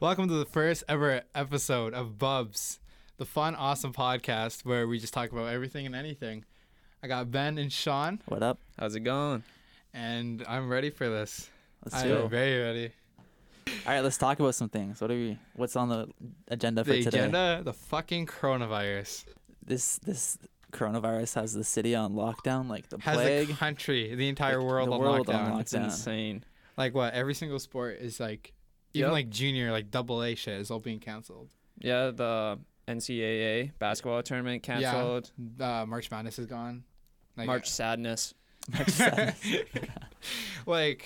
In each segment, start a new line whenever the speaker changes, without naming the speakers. Welcome to the first ever episode of Bubs, the fun, awesome podcast where we just talk about everything and anything. I got Ben and Sean,
What up?
How's it going?
and I'm ready for this.
Let's
I
do
am
it.
very ready.
All right, let's talk about some things. What are we? What's on the agenda for
The
today?
agenda, the fucking coronavirus,
This this coronavirus has the city on lockdown, like the
has
plague.
the country, the entire
The-
world,
the
on,
world on
lockdown.
lock-
It's
down.
insane.
Like what? Every single sport is like, even
Yep.
like junior, like double A shit is all being canceled.
Yeah, the NCAA basketball tournament
Yeah.
canceled.
Uh, March Madness is gone. Like,
March sadness.
March 7th.
like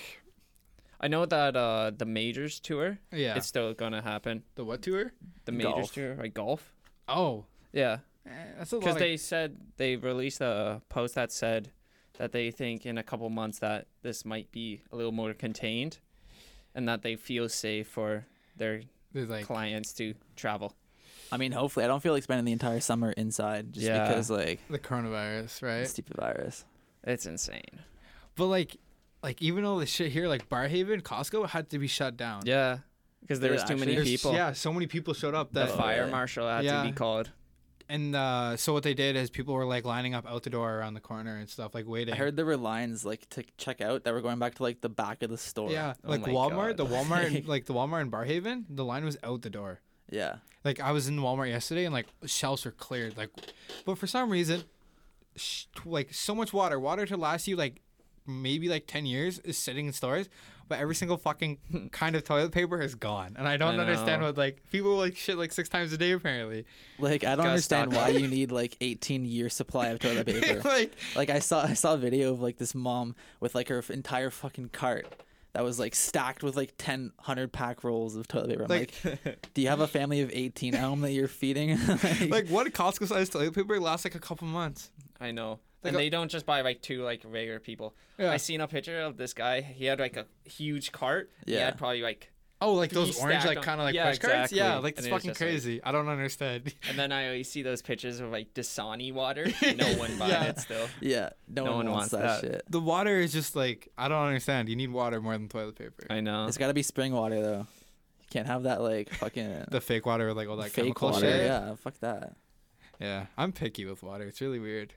I know that uh, the majors tour,
yeah,
it's still gonna happen.
the what tour?
The majors
Golf.
tour, like golf.
Oh,
Yeah,
eh, that's a lot.
because
of-
they said they released a post that said that they think in a couple months that this might be a little more contained, and that they feel safe for their
there's like
clients to travel.
I mean, hopefully, I don't feel like spending the entire summer inside just
Yeah.
because like
the coronavirus,
the
right?
stupid virus.
It's insane.
But like, like even all the shit here, like Barhaven, Costco had to be shut down.
Yeah, because there
Dude,
was too many
There's-
people.
Yeah, so many people showed up
The
that,
Oh,
fire
really?
marshal had to
Yeah.
be called.
and uh, so what they did is people were like lining up out the door around the corner and stuff, like waiting.
I heard there were lines like to check out that were going back to like the back of the store.
yeah,
Oh
like
my
Walmart,
God.
the Walmart, like the Walmart in Barhaven, the line was out the door.
yeah.
Like I was in Walmart yesterday and like shelves were cleared. Like, but for some reason, sh- like so much water, water to last you like maybe like ten years is sitting in stores, but every single fucking kind of toilet paper is gone, and I don't
I
understand
know.
what like people like shit like six times a day apparently.
Like I don't
Gotta
understand
stock
why you need like 18 year supply of toilet paper.
like
Like I saw I saw a video of like this mom with like her f- entire fucking cart that was like stacked with like 10 100 pack rolls of toilet paper. I'm like,
Like-
do you have a family of 18 at home that you're feeding? like,
like one Costco sized toilet paper lasts like a couple months.
I know.
Like
and
a-
they don't just buy like two like regular people.
Yeah.
I seen a picture of this guy. He had like a huge cart. Yeah. He
Yeah.
had probably like.
Oh, like those
Three
orange
stacked
like
on-
kind of like
Yeah,
push cards. Yeah,
exactly.
like it's
And it was
fucking
just, like-
crazy. I don't understand.
And then I always see those pictures of like Dasani water. No one buying
Yeah.
it still.
yeah, no, one, wants, that, shit.
The water is just like I don't understand. You need water more than toilet paper.
I know.
It's got to be spring water though. You can't have that like fucking
the fake water with like all that
fake
chemical
water.
shit.
Yeah, fuck that.
Yeah, I'm picky with water. It's really weird.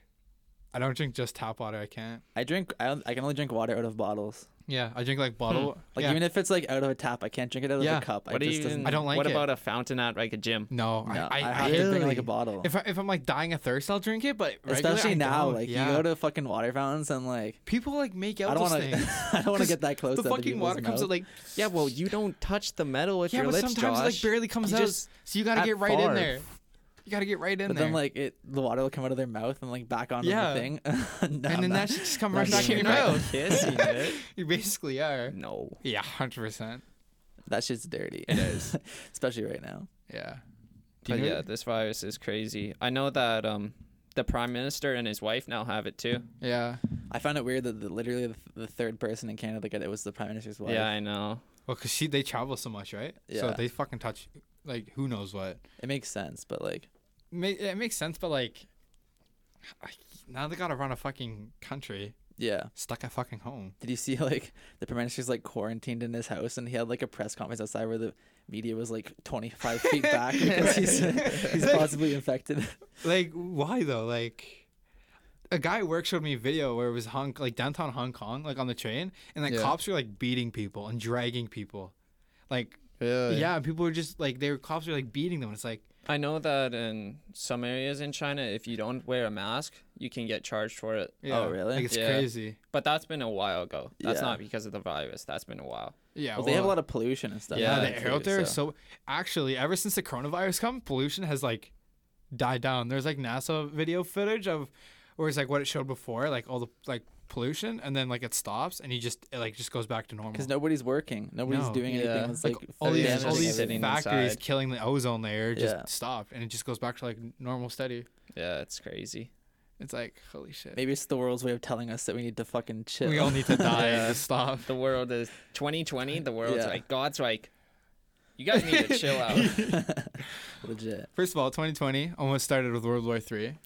I don't drink just tap water. I can't.
I drink I, don't- I can only drink water out of bottles.
Yeah, I drink like bottle.
Hmm. Like
yeah.
even if it's like out of a tap, I can't drink it out
Yeah.
of a cup.
what
I
do
just
you?
doesn't
even-
I don't like
What
it.
about a fountain at like a gym?
no,
no,
I, I,
have to
really,
drink like a bottle.
If I, if I'm like dying of thirst, I'll drink it. But regular,
Especially
I
now,
don't.
like
yeah.
you go to fucking water fountains and like
people like make out
I don't
those
want to.
things.
I don't want to
Just
get that close.
the
to other
fucking
people's
water comes out
mouth.
like
Yeah, well, you don't touch the metal with
yeah,
your
but
lips,
sometimes it
Josh.
like barely comes
You
out.
just-
So you gotta
at
get right in
far.
there. You gotta get right in
But
there.
then like it, the water will come out of their mouth and like back onto
Yeah.
the thing, and
and then that should just come
not
right back in
doing
your
it.
mouth.
Kissing it.
You basically are.
No.
Yeah, hundred percent.
that shit's dirty. It is, especially right now.
Yeah. Do you
But
know-
yeah, this virus is crazy. I know that um, the prime minister and his wife now have it too.
Yeah.
I found it weird that the, literally the, the third person in Canada that got it was the prime minister's wife.
Yeah, I know.
Well, cause she they travel so much, right? So
Yeah.
they fucking touch like who knows what.
it makes sense, but like
Ma- It makes sense, but like, I- now they gotta run a fucking country
yeah.
stuck at fucking home.
Did you see like the prime minister's like quarantined in his house and he had like a press conference outside where the media was like 25 feet back because he's, he's possibly infected.
Like, why though? Like, a guy at work showed me a video where it was Hong, like downtown Hong Kong, like on the train, and like
Yeah.
cops were like beating people and dragging people, like
Oh,
yeah, and people were just like their cops were like beating them. It's like
I know that in some areas in China, if you don't wear a mask, you can get charged for it.
yeah,
Oh, really?
Like it's
Yeah.
crazy.
But that's been a while ago. That's
Yeah.
not because of the virus. That's been a while.
Yeah,
Well, they have a lot of pollution and stuff.
Yeah,
Yeah,
the air out there is so actually ever since the coronavirus come, pollution has like died down. There's like NASA video footage of where it's like what it showed before, like all the like pollution, and then like it stops and you just it like just goes back to normal.
because nobody's working, nobody's
No.
doing anything.
Yeah.
That's,
like,
like,
all
they're
these
just
all
damaging
these
sitting
everything.
factories
inside.
killing the ozone layer just
Yeah.
stopped and it just goes back to like normal steady.
Yeah, it's crazy.
It's like holy shit.
Maybe it's the world's way of telling us that we need to fucking chill.
we all need to die
Yeah.
to stop.
The world is 2020. The world's
Yeah.
like God's like, you guys need to chill out.
Legit,
First of all, 2020 almost started with World War Three.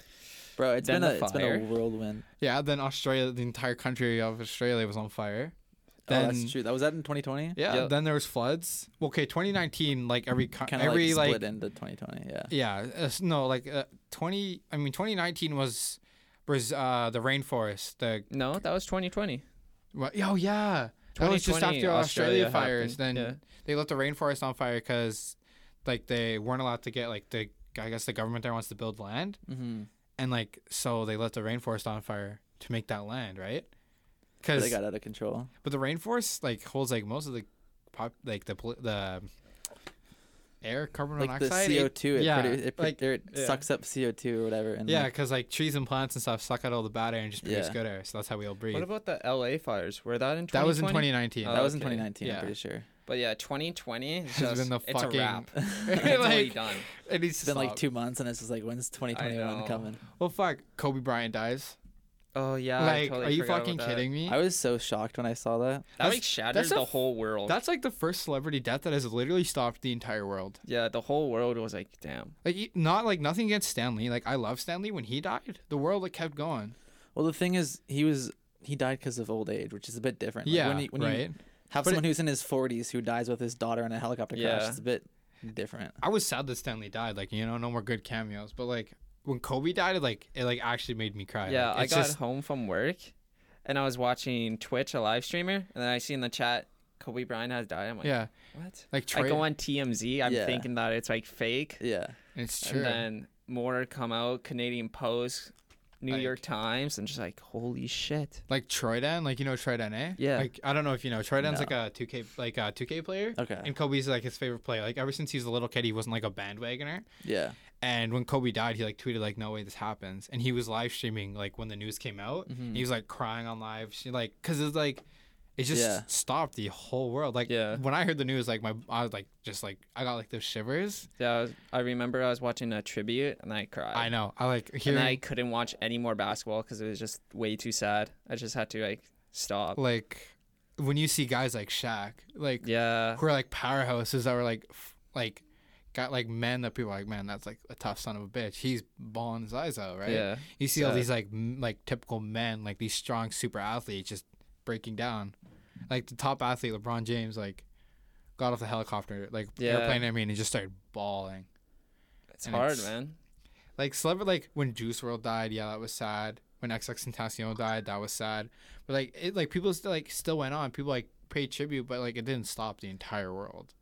bro. It's
Then
been a
the
it's been a
fire.
whirlwind. Oh,
Yeah, then Australia, the entire country of Australia was on fire. Then
oh, that's true. That was that in 2020.
yeah,
Yeah.
then there was floods. Okay, 2019, like every co-
Kind of
every
like
like,
split into 2020. Yeah.
yeah, uh, s- no, like uh, 20. I mean, 2019 was was uh the rainforest. The
No, that was 2020.
what, oh yeah, that was just
2020
after Australia,
Australia
fires.
happened,
Then
yeah.
they lit the rainforest on fire because like they weren't allowed to get like the I guess the government there wants to build land
Mm-hmm.
and like so they lit the rainforest on fire to make that land right.
They
Because
got out of control.
But the rainforest like holds like most of the pop like the pol- the air carbon
Like the
monoxide. it-
CO2, it,
yeah,
produ- it, pro-
like-
or it
yeah.
sucks up CO2 or whatever. And
yeah,
like,
because like trees and plants and stuff suck out all the bad air and just produce
Yeah.
good air. So that's how we all breathe.
What about the LA fires? Were that in 2020?
that was in 2019.
Oh,
that was in
okay.
2019. I'm
Yeah.
pretty sure.
But yeah, 2020 is
Has
just
been the
it's
fucking-
a wrap.
Like,
It's already done.
it needs
It's
to
been like
stop.
two months, and it's just like, when's 2021
know.
coming?
Well, fuck. Kobe Bryant dies.
Oh yeah, I
like,
totally
are you
forgot
fucking
about that.
kidding me?
I was so shocked when I saw that.
That
That's-
like shattered
that's a
the
f-
whole world.
That's like the first celebrity death that has literally stopped the entire world.
yeah, the whole world was like, damn.
Like, e- not like nothing against Stanley. Like, I love Stanley. When he died, the world like kept going.
Well, the thing is, he was he died because of old age, which is a bit different. Like,
yeah,
when you, when
right.
You have
But it-
someone who's in his 40s who dies with his daughter in a helicopter crash,
Yeah.
it's a bit different.
I was sad that Stanley died. Like, you know, no more good cameos. But like when Kobe died, it like it like actually made me cry.
Yeah,
Like,
I
it's
got
just-
home from work, and I was watching Twitch, a live streamer, and then I see in the chat Kobe Bryant has died. I'm like,
yeah,
what?
like
I
Trey.
go on TMZ. I'm
Yeah.
thinking that it's like fake.
Yeah.
it's true.
And then more come out, Canadian Post, New
Like-
York Times, and just like, holy shit.
like Troydan, like you know Troydan, eh?
Yeah.
Like I don't know if you know Troydan's
No.
like a two K like a two K player.
Okay.
And Kobe's like his favorite player. Like ever since he was a little kid, he wasn't like a bandwagoner.
Yeah.
And when Kobe died, he like tweeted like, "No way, this happens." And he was live streaming like when the news came out.
Mm-hmm.
Mhm.
He was like crying on live, she, like because it's like it just
Yeah.
stopped the whole world. Like
Yeah.
when I heard the news, like my I was like just like I got like those shivers.
Yeah, I, was, I remember I was watching a tribute, and I cried.
I know. I like hearing
And I couldn't watch any more basketball because it was just way too sad. I just had to like stop.
like when you see guys like Shaq, like
Yeah.
who are like powerhouses that were like f- like got like men that people are like, man, that's like a tough son of a bitch. He's balling his eyes out, right?
Yeah.
You see all
Sad.
these like m- like typical men, like these strong super athletes, just breaking down. Like the top athlete, LeBron James, like got off the helicopter, like
Yeah.
airplane. I mean, and just started bawling.
It's
and
hard,
it's-
man.
Like celebrity, like when Juice World died, yeah, that was sad. When XXXTentacion died, that was sad. But like it, like people still like still went on. People like paid tribute, but like it didn't stop the entire world.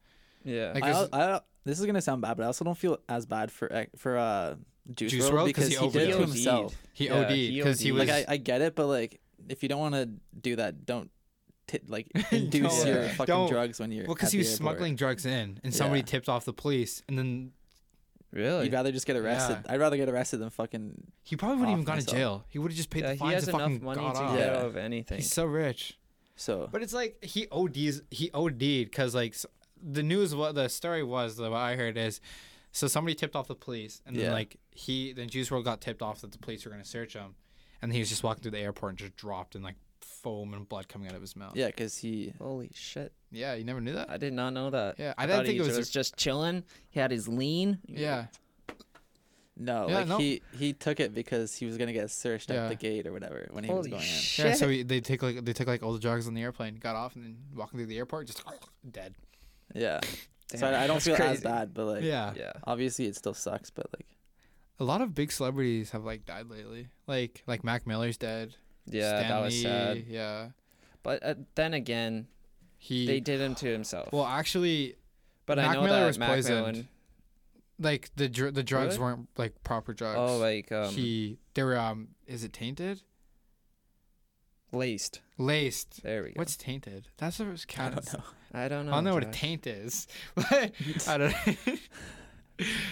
Yeah.
Like
I,
there's-
al- I al- this is gonna sound bad, but I also don't feel as bad for ec- for uh, Juice,
Juice
WRLD
WRLD 'cause
because
he
he, did it to
overdosed.
himself.
he
Yeah,
OD'd
he
because he
OD'd.
was
Like I, I get it, but like if you don't want to do that, don't t- like induce
Don't.
your
Yeah.
fucking
Don't.
drugs when you're
well because
at
he
the
was
airport.
smuggling drugs in, and somebody
Yeah.
tipped off the police, and then
Really?
You'd rather just get arrested. I'd rather get arrested than fucking
he probably wouldn't
Off
even gone to
myself.
jail. He would have just paid the
yeah, Uh, he
fines
has
and fucking
enough money
got
to
off.
get
Yeah.
out of anything.
He's so rich.
so.
But it's like he ODs. He OD'd because like s- the news. What the story was, the what I heard is, so somebody tipped off the police, and then
Yeah.
like he, then Juice World got tipped off that the police were gonna search him, and he was just walking through the airport and just dropped and like foam and blood coming out of his mouth.
Yeah, because he
Holy shit!
yeah, you never knew that.
I did not know that.
Yeah, I
I
didn't
thought
think
he
it was
was,
a-
just chilling. He had his lean.
yeah,
no,
Yeah,
like
no.
he he took it because he was gonna get searched
Yeah.
at the gate or whatever when he was
Holy
going
shit!
yeah. So he, they take like they took like all the drugs on the airplane, got off, and then walking through the airport, just dead.
in. Yeah, so
Damn,
I, I don't
that's
feel as
crazy.
bad, but like
yeah,
yeah.
obviously it still sucks, but like
a lot of big celebrities have like died lately. Like like Mac Miller's dead.
Yeah, that was
Stanley,
sad.
Yeah,
But uh, then again,
he.
they did him to himself.
well, actually,
but I
Mac
know
Miller
that
was
Mac
poisoned.
Millen-
like the dr- the drugs
Really?
weren't like proper drugs.
oh, like um,
he they were um is it tainted?
laced.
Laced.
There we go.
What's tainted? That's what it's
I
kind
don't know.
I don't
I
know.
don't know what a
Josh.
taint is. I don't.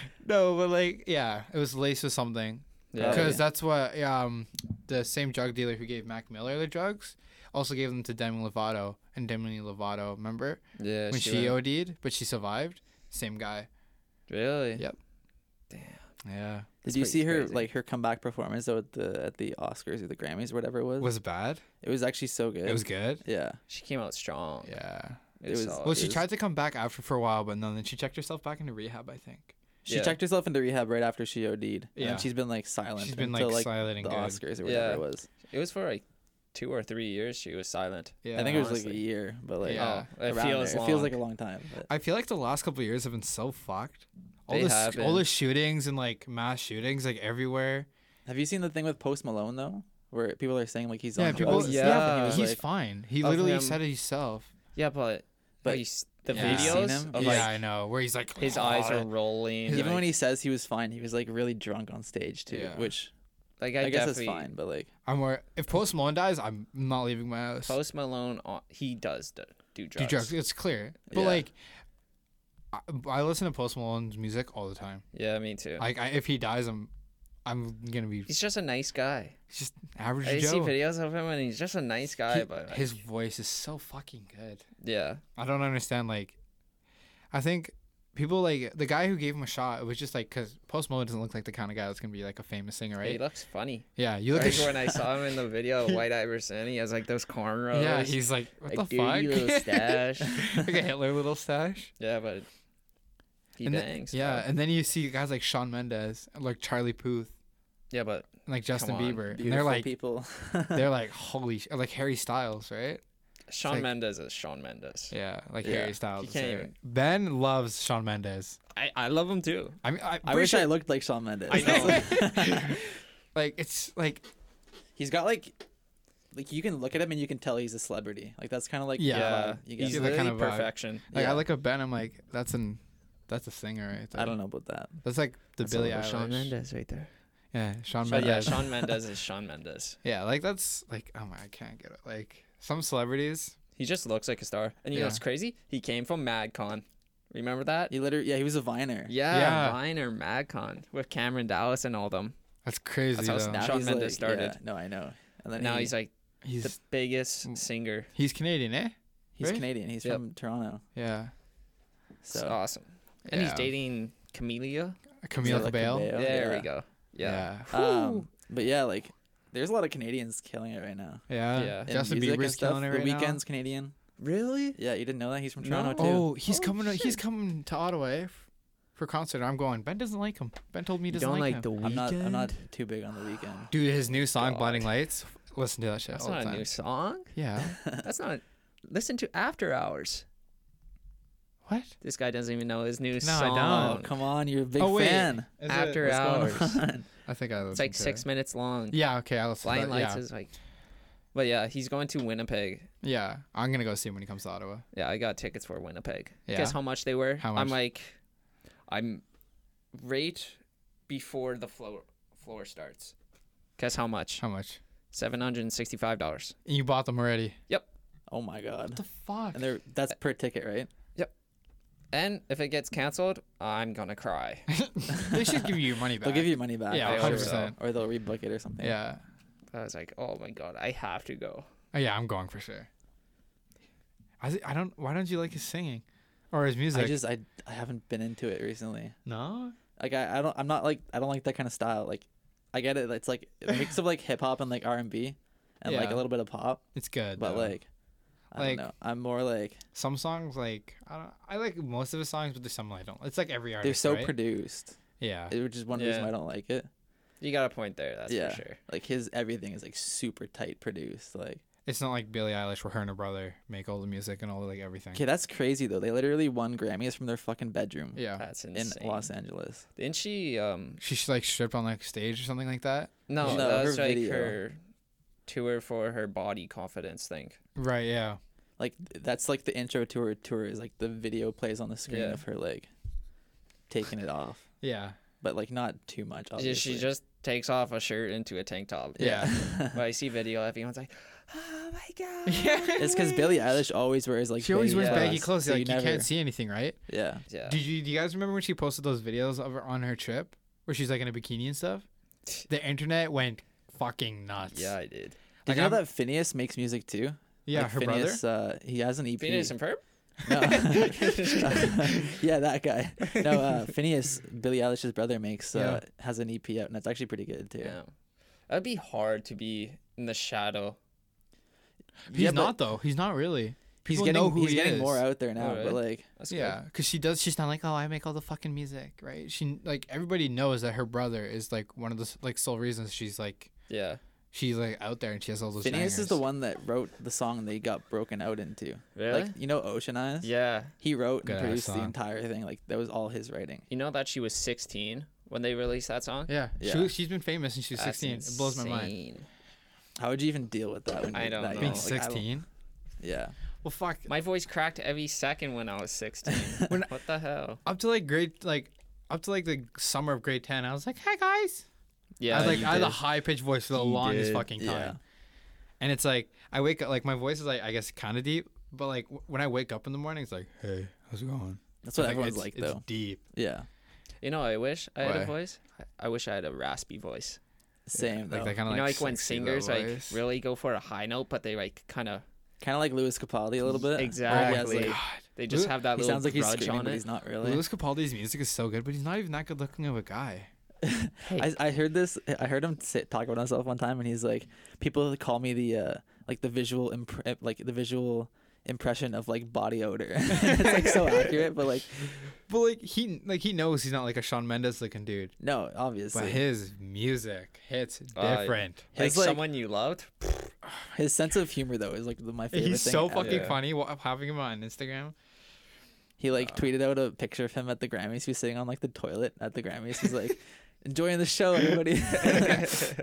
no, but like yeah, it was laced with something
Yeah.
because
yeah.
that's what um the same drug dealer who gave Mac Miller the drugs also gave them to Demi Lovato and Demi Lovato remember
Yeah.
when she
went-
OD'd but she survived. Same guy.
really.
Yep.
Damn.
Yeah.
Did
That's
you
pretty
see her
crazy.
like her comeback performance though at the at the Oscars or the Grammys or whatever it was?
Was it bad?
it was actually so good.
It was good.
Yeah. Uh,
She came out strong.
Yeah.
It
It
was.
was-
solid.
Well, she
is-
tried to come back after for a while, but no, then she checked herself back into rehab, I think.
She
Yeah.
checked herself into rehab right after she OD'd. And
Yeah.
then she's been like silent
She's been like,
until like,
silent and
the
good.
Oscars or whatever
Yeah.
it was.
It was for like two or three years she was silent.
Yeah,
I think it was like a
honestly.
year, but like
Yeah.
Oh, it
around
feels
there.
long.
it feels like a long time. But
I feel like the last couple of years have been so fucked. All
They
the s-
have
all the
been.
shootings and like mass shootings like everywhere.
have you seen the thing with Post Malone though, where people are saying like he's
Yeah,
on
people-
drugs and stuff,
Oh, yeah,
and he was,
He's
like-
fine. He
of
literally
him-
said it himself.
Yeah, but
But
but you s- the
yeah. Have you
seen
videos
him?
of
yeah,
like
I know. Where he's like
his eyes are
"Oh."
rolling.
His
even
like,
when he says he was fine, he was like really drunk on stage too,
Yeah.
which
like,
I,
I,
guess is
definitely-
fine. But like,
I'm more. If Post Malone dies, I'm not leaving my house.
Post Malone, uh, he does do, do drugs.
Do drugs. It's clear. But
Yeah.
like, I, I listen to Post Malone's music all the time.
Yeah, me too.
Like, I, if he dies, I'm, I'm gonna be
he's just a nice guy.
just average
I
Joe.
see videos of him and he's just a nice guy,
He-
but like,
his voice is so fucking good.
yeah,
I don't understand. Like, I think people like the guy who gave him a shot. It was just like because Post Malone doesn't look like the kind of guy that's gonna be like a famous singer,
he
right?
looks funny.
Yeah, you look.
Like
At,
when I saw him in the video of White Iverson, he has like those cornrows.
yeah, he's like what
like,
the
dirty little
fuck?
stash.
like a Hitler little stash.
yeah, but he
and the-
bangs.
yeah,
but-
and then you see guys like Sean Mendes, and, like Charlie Puth,
yeah, but
and, like Justin
on,
Bieber, and they're
beautiful
like
people.
they're like holy, sh- or, like Harry Styles, right?
Sean
like-
Mendes is Sean Mendes.
Yeah, like
Yeah.
Harry Styles.
He can't
right?
even-
Ben loves Sean Mendes.
I, I love him too.
I mean, I,
I wish I looked like Shawn Mendes.
I
know.
like it's like
he's got like, like you can look at him and you can tell he's a celebrity. Like that's kind of like the
Yeah.
vibe you
he's
get.
that
literally
kind of uh, vibe.
perfection.
Like
Yeah.
I look at Ben, I'm like, that's an that's a singer right there.
I don't know about that.
That's like the Billy Eilish.
Sean Mendes right there.
Yeah, Sean
But
Mendes.
yeah, Sean Mendes is Sean Mendes.
Yeah, like that's like oh my, I can't get it. Like some celebrities.
He just looks like a star. And you know
Yeah.
what's crazy? He came from MadCon. Remember that?
He literally, yeah, he was a viner.
Yeah,
Yeah.
Vine or MadCon with Cameron Dallas and all them.
That's crazy
how
though.
Snap- Shawn Mendes started.
no, I know. And then
now
he-
he's like
He's Mm.
the biggest singer.
he's Canadian, eh?
he's
right?
Canadian. He's
Yep.
from Toronto.
Yeah.
So
So
awesome. And he's
Yeah.
dating Camelia.
Camille
Camila
Cabello.
Cabello. Yeah,
there
yeah.
we go. Yeah.
Um, but yeah, like there's a lot of Canadians killing it right now.
Yeah.
Yeah.
In
Justin
music and
Bieber's
stuff.
killing it
The
right
Weekend's Canadian.
Really?
Yeah, you didn't know that he's from
No.
Toronto
now.
too.
Oh, he's
Oh,
coming. to- He's
shit.
coming to Ottawa eh, f- for a concert. I'm going. Ben doesn't like him. Ben told me he doesn't like, him.
I'm not. I'm not too big on the weekend.
Dude, his new song
God.
"Blinding Lights." Listen to that shit
That's
all the
not a
time.
new song.
Yeah.
That's not. Listen to After Hours.
What?
This guy doesn't even know his new
No, I
song.
don't.
Oh, come on, you're a big
Oh, wait.
fan.
After
What's
Hours.
going on?
I think I.
It's like six minutes long.
Yeah. Okay. I'll listen. to
Flying
that,
Lights
yeah.
is like. But yeah, he's going to Winnipeg.
Yeah, I'm gonna go see him when he comes to Ottawa.
Yeah, I got tickets for Winnipeg.
Yeah?
Guess how much they were?
How
I'm
much?
like, I'm right before the floor floor starts. Guess how much?
How much?
Seven hundred and sixty-five dollars.
You bought them already.
Oh my god.
fuck?
And they're that's per ticket, right?
And if it gets canceled, I'm gonna cry.
they should give you your money back.
They'll give you money back.
Yeah,
for
100%.
Or they'll rebook it or something.
Yeah.
I was like, oh my god, I have to go.
Oh, yeah, I'm going for sure. I thi- I don't. Why don't you like his singing, or his music?
I just I, I haven't been into it recently.
no.
Like I, I don't I'm not like I don't like that kind of style. Like I get it. It's like a mix of like hip hop and like R and B, and like
Yeah.
a little bit of pop.
It's good.
But
though.
like, I
Like-
don't know. I'm more like
some songs, like I don't. I like most of his songs, but there's some I don't. It's like every artist.
they're so
right?
produced,
Yeah.
it- which is one reason
Yeah.
why I don't like it.
You got a point there. That's
Yeah.
for sure.
Like his everything is like super tight produced. Like
It's not like Billie Eilish, where her and her brother make all the music and all the like everything.
okay, that's crazy though. They literally won Grammys from their fucking bedroom
Yeah.
That's
in
insane.
Los Angeles.
Didn't she? Um,
She should like strip on like stage or something like that.
no,
No,
that was
her
like
video.
her tour for her body confidence thing.
Right. Yeah.
Like that's like the intro to her tour is like the video plays on the screen
Yeah.
of her like taking it off,
Yeah.
but like not too much.
She-
Obviously.
She just takes off a shirt into a tank top.
Yeah.
But I see video, everyone's like, "Oh my god!"
it's because Billie Eilish always wears like
she always wears
baggy
baggy
clothes,
clothes.
so
like you
never-
can't see anything, right?
Yeah,
Yeah.
Did you do you guys remember when she posted those videos of her on her trip where she's like in a bikini and stuff? The internet went fucking nuts.
Yeah, I did.
did
Like,
you know
I'm-
that Phineas makes music too?
Yeah,
Like,
her
Phineas, brother. Uh, he has an EP.
Phineas and Ferb.
No. yeah, that guy. No, uh, Phineas, Billie Eilish's brother, makes uh, has an EP out, and it's actually pretty good too.
Yeah. That'd be hard to be in the shadow.
brother. He's
Yeah, but
not though. He's not really.
He's
People
getting
know who
he's
he
getting
is.
more out there now,
Alright.
but like,
That's good.
Yeah, because she does. She's not like, oh, I make all the fucking music, right? She like everybody knows that her brother is like one of the s- like sole reasons she's like
Yeah.
she's like out there and she has all those.
Phineas is
bangers.
the one that wrote the song they got broken out into.
Really?
Like you know Ocean Eyes?
yeah.
He wrote and
Good-ass
produced the
song.
entire thing. Like that was all his writing.
You know that she was 16 when they released that song?
Yeah,
Yeah.
She, she's been famous since she was
That's
16. It blows my mind.
insane.
How would you even deal with that when
I
you're
don't
that
know.
Being
young? Like, I don't-
16.
yeah.
Well, fuck.
My voice cracked every second when I was 16.
When-
what the hell?
up to like grade like up to like the summer of grade 10, I was like, "Hey guys."
Yeah.
I was like
you
I had a
did.
high pitched voice for the
You
longest
did,
fucking time.
yeah.
And it's like I wake up like my voice is like I guess kind of deep, but like w- when I wake up in the morning, it's like, "Hey, how's it going?"
That's what
Like,
everyone's
it's-
like
it's
though.
deep.
Yeah.
you know, I wish I had
Why?
a voice. I- I wish I had a raspy voice.
Same
Like
though.
that kind of
You know, like when
sexy
singers
low
like
voice.
really go for a high note, but they like kind of
Kind of like Louis Capaldi a little bit. Where he has,
exactly.
like-
They just
Lu-
have that
he
little
sounds like he's
grudge
screaming,
on
but
it.
he's not really.
Louis Capaldi's music is so good, but he's not even that good looking of a guy.
I, I heard this. I heard him sit, talk about himself one time, and he's like, "People call me the uh, like the visual imp- like the visual impression of like body odor." it's like so accurate, but like
But like he like he knows he's not like a Sean Mendes looking dude.
no,
But
obviously
his music hits
Uh,
different.
Like,
His, like-
someone you loved.
his sense of humor though is like the, my favorite.
He's
thing
so
ever.
fucking
Yeah.
funny. wha- Having him on Instagram.
He like tweeted out a picture of him at the Grammys. He was sitting on like the toilet at the Grammys. He's like. Enjoying the show, everybody.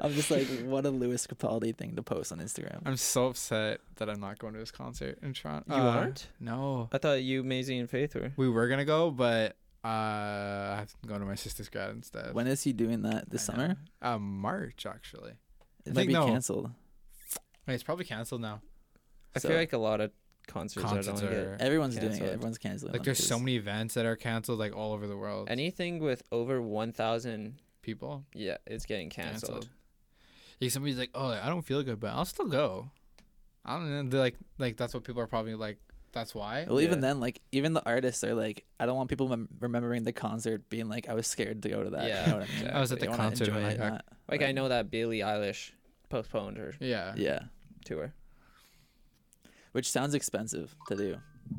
I'm just like, what a Louis Capaldi thing to post on Instagram.
I'm so upset that I'm not going to his concert in Toronto.
You aren't?
No,
Uh, I thought you, Maisie, and Faith were.
we were gonna go, but uh, I have to go to my sister's grad instead.
When is he doing that this
Uh, I know.
summer?
Uh, March actually.
It
think
might be
no.
canceled.
Wait, it's probably canceled now.
I
So-
feel like a lot of concerts,
Concerts
are don't
are
Everyone's doing
Canceled.
it. Everyone's canceling.
like
on
there's
his-
so many events that are canceled like all over the world.
get anything with over 1,000.
people
Yeah, it's getting canceled.
canceled. Like somebody's like, oh, I don't feel good, but I'll still go. I don't know. They're like, like that's what people are probably like. That's why.
Well, even
Yeah.
then, like even the artists are like, I don't want people mem- remembering the concert being like, I was scared to go to that.
Yeah,
you know what I mean?
exactly.
I was at
They
the
wanna
concert and
enjoy
I
it,
got-
not-
Like I know that Billie Eilish postponed her
Yeah.
Yeah,
tour.
which sounds expensive to do.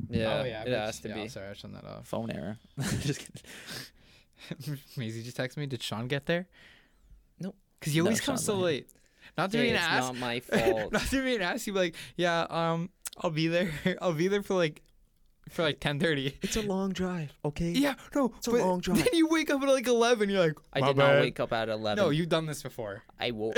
Yeah,
oh yeah.
it has to
yeah,
be.
Sorry, I turned that off.
Phone error. Just kidding.
Maisie just texted me. Did Sean get there?
Nope.
Because he
No,
always
Sean
comes so
didn't.
late. Not to
Hey,
be an
it's
ass.
not my fault.
not to be an ass. He'd be like, yeah, um, I'll be there. I'll be there for like, for like ten thirty.
It's a long drive, okay?
Yeah. No.
It's a
but
long drive.
Then you wake up at like eleven. You're like,
I
"My
did
bad."
not wake up at 11.
No, you've done this before.
I woke.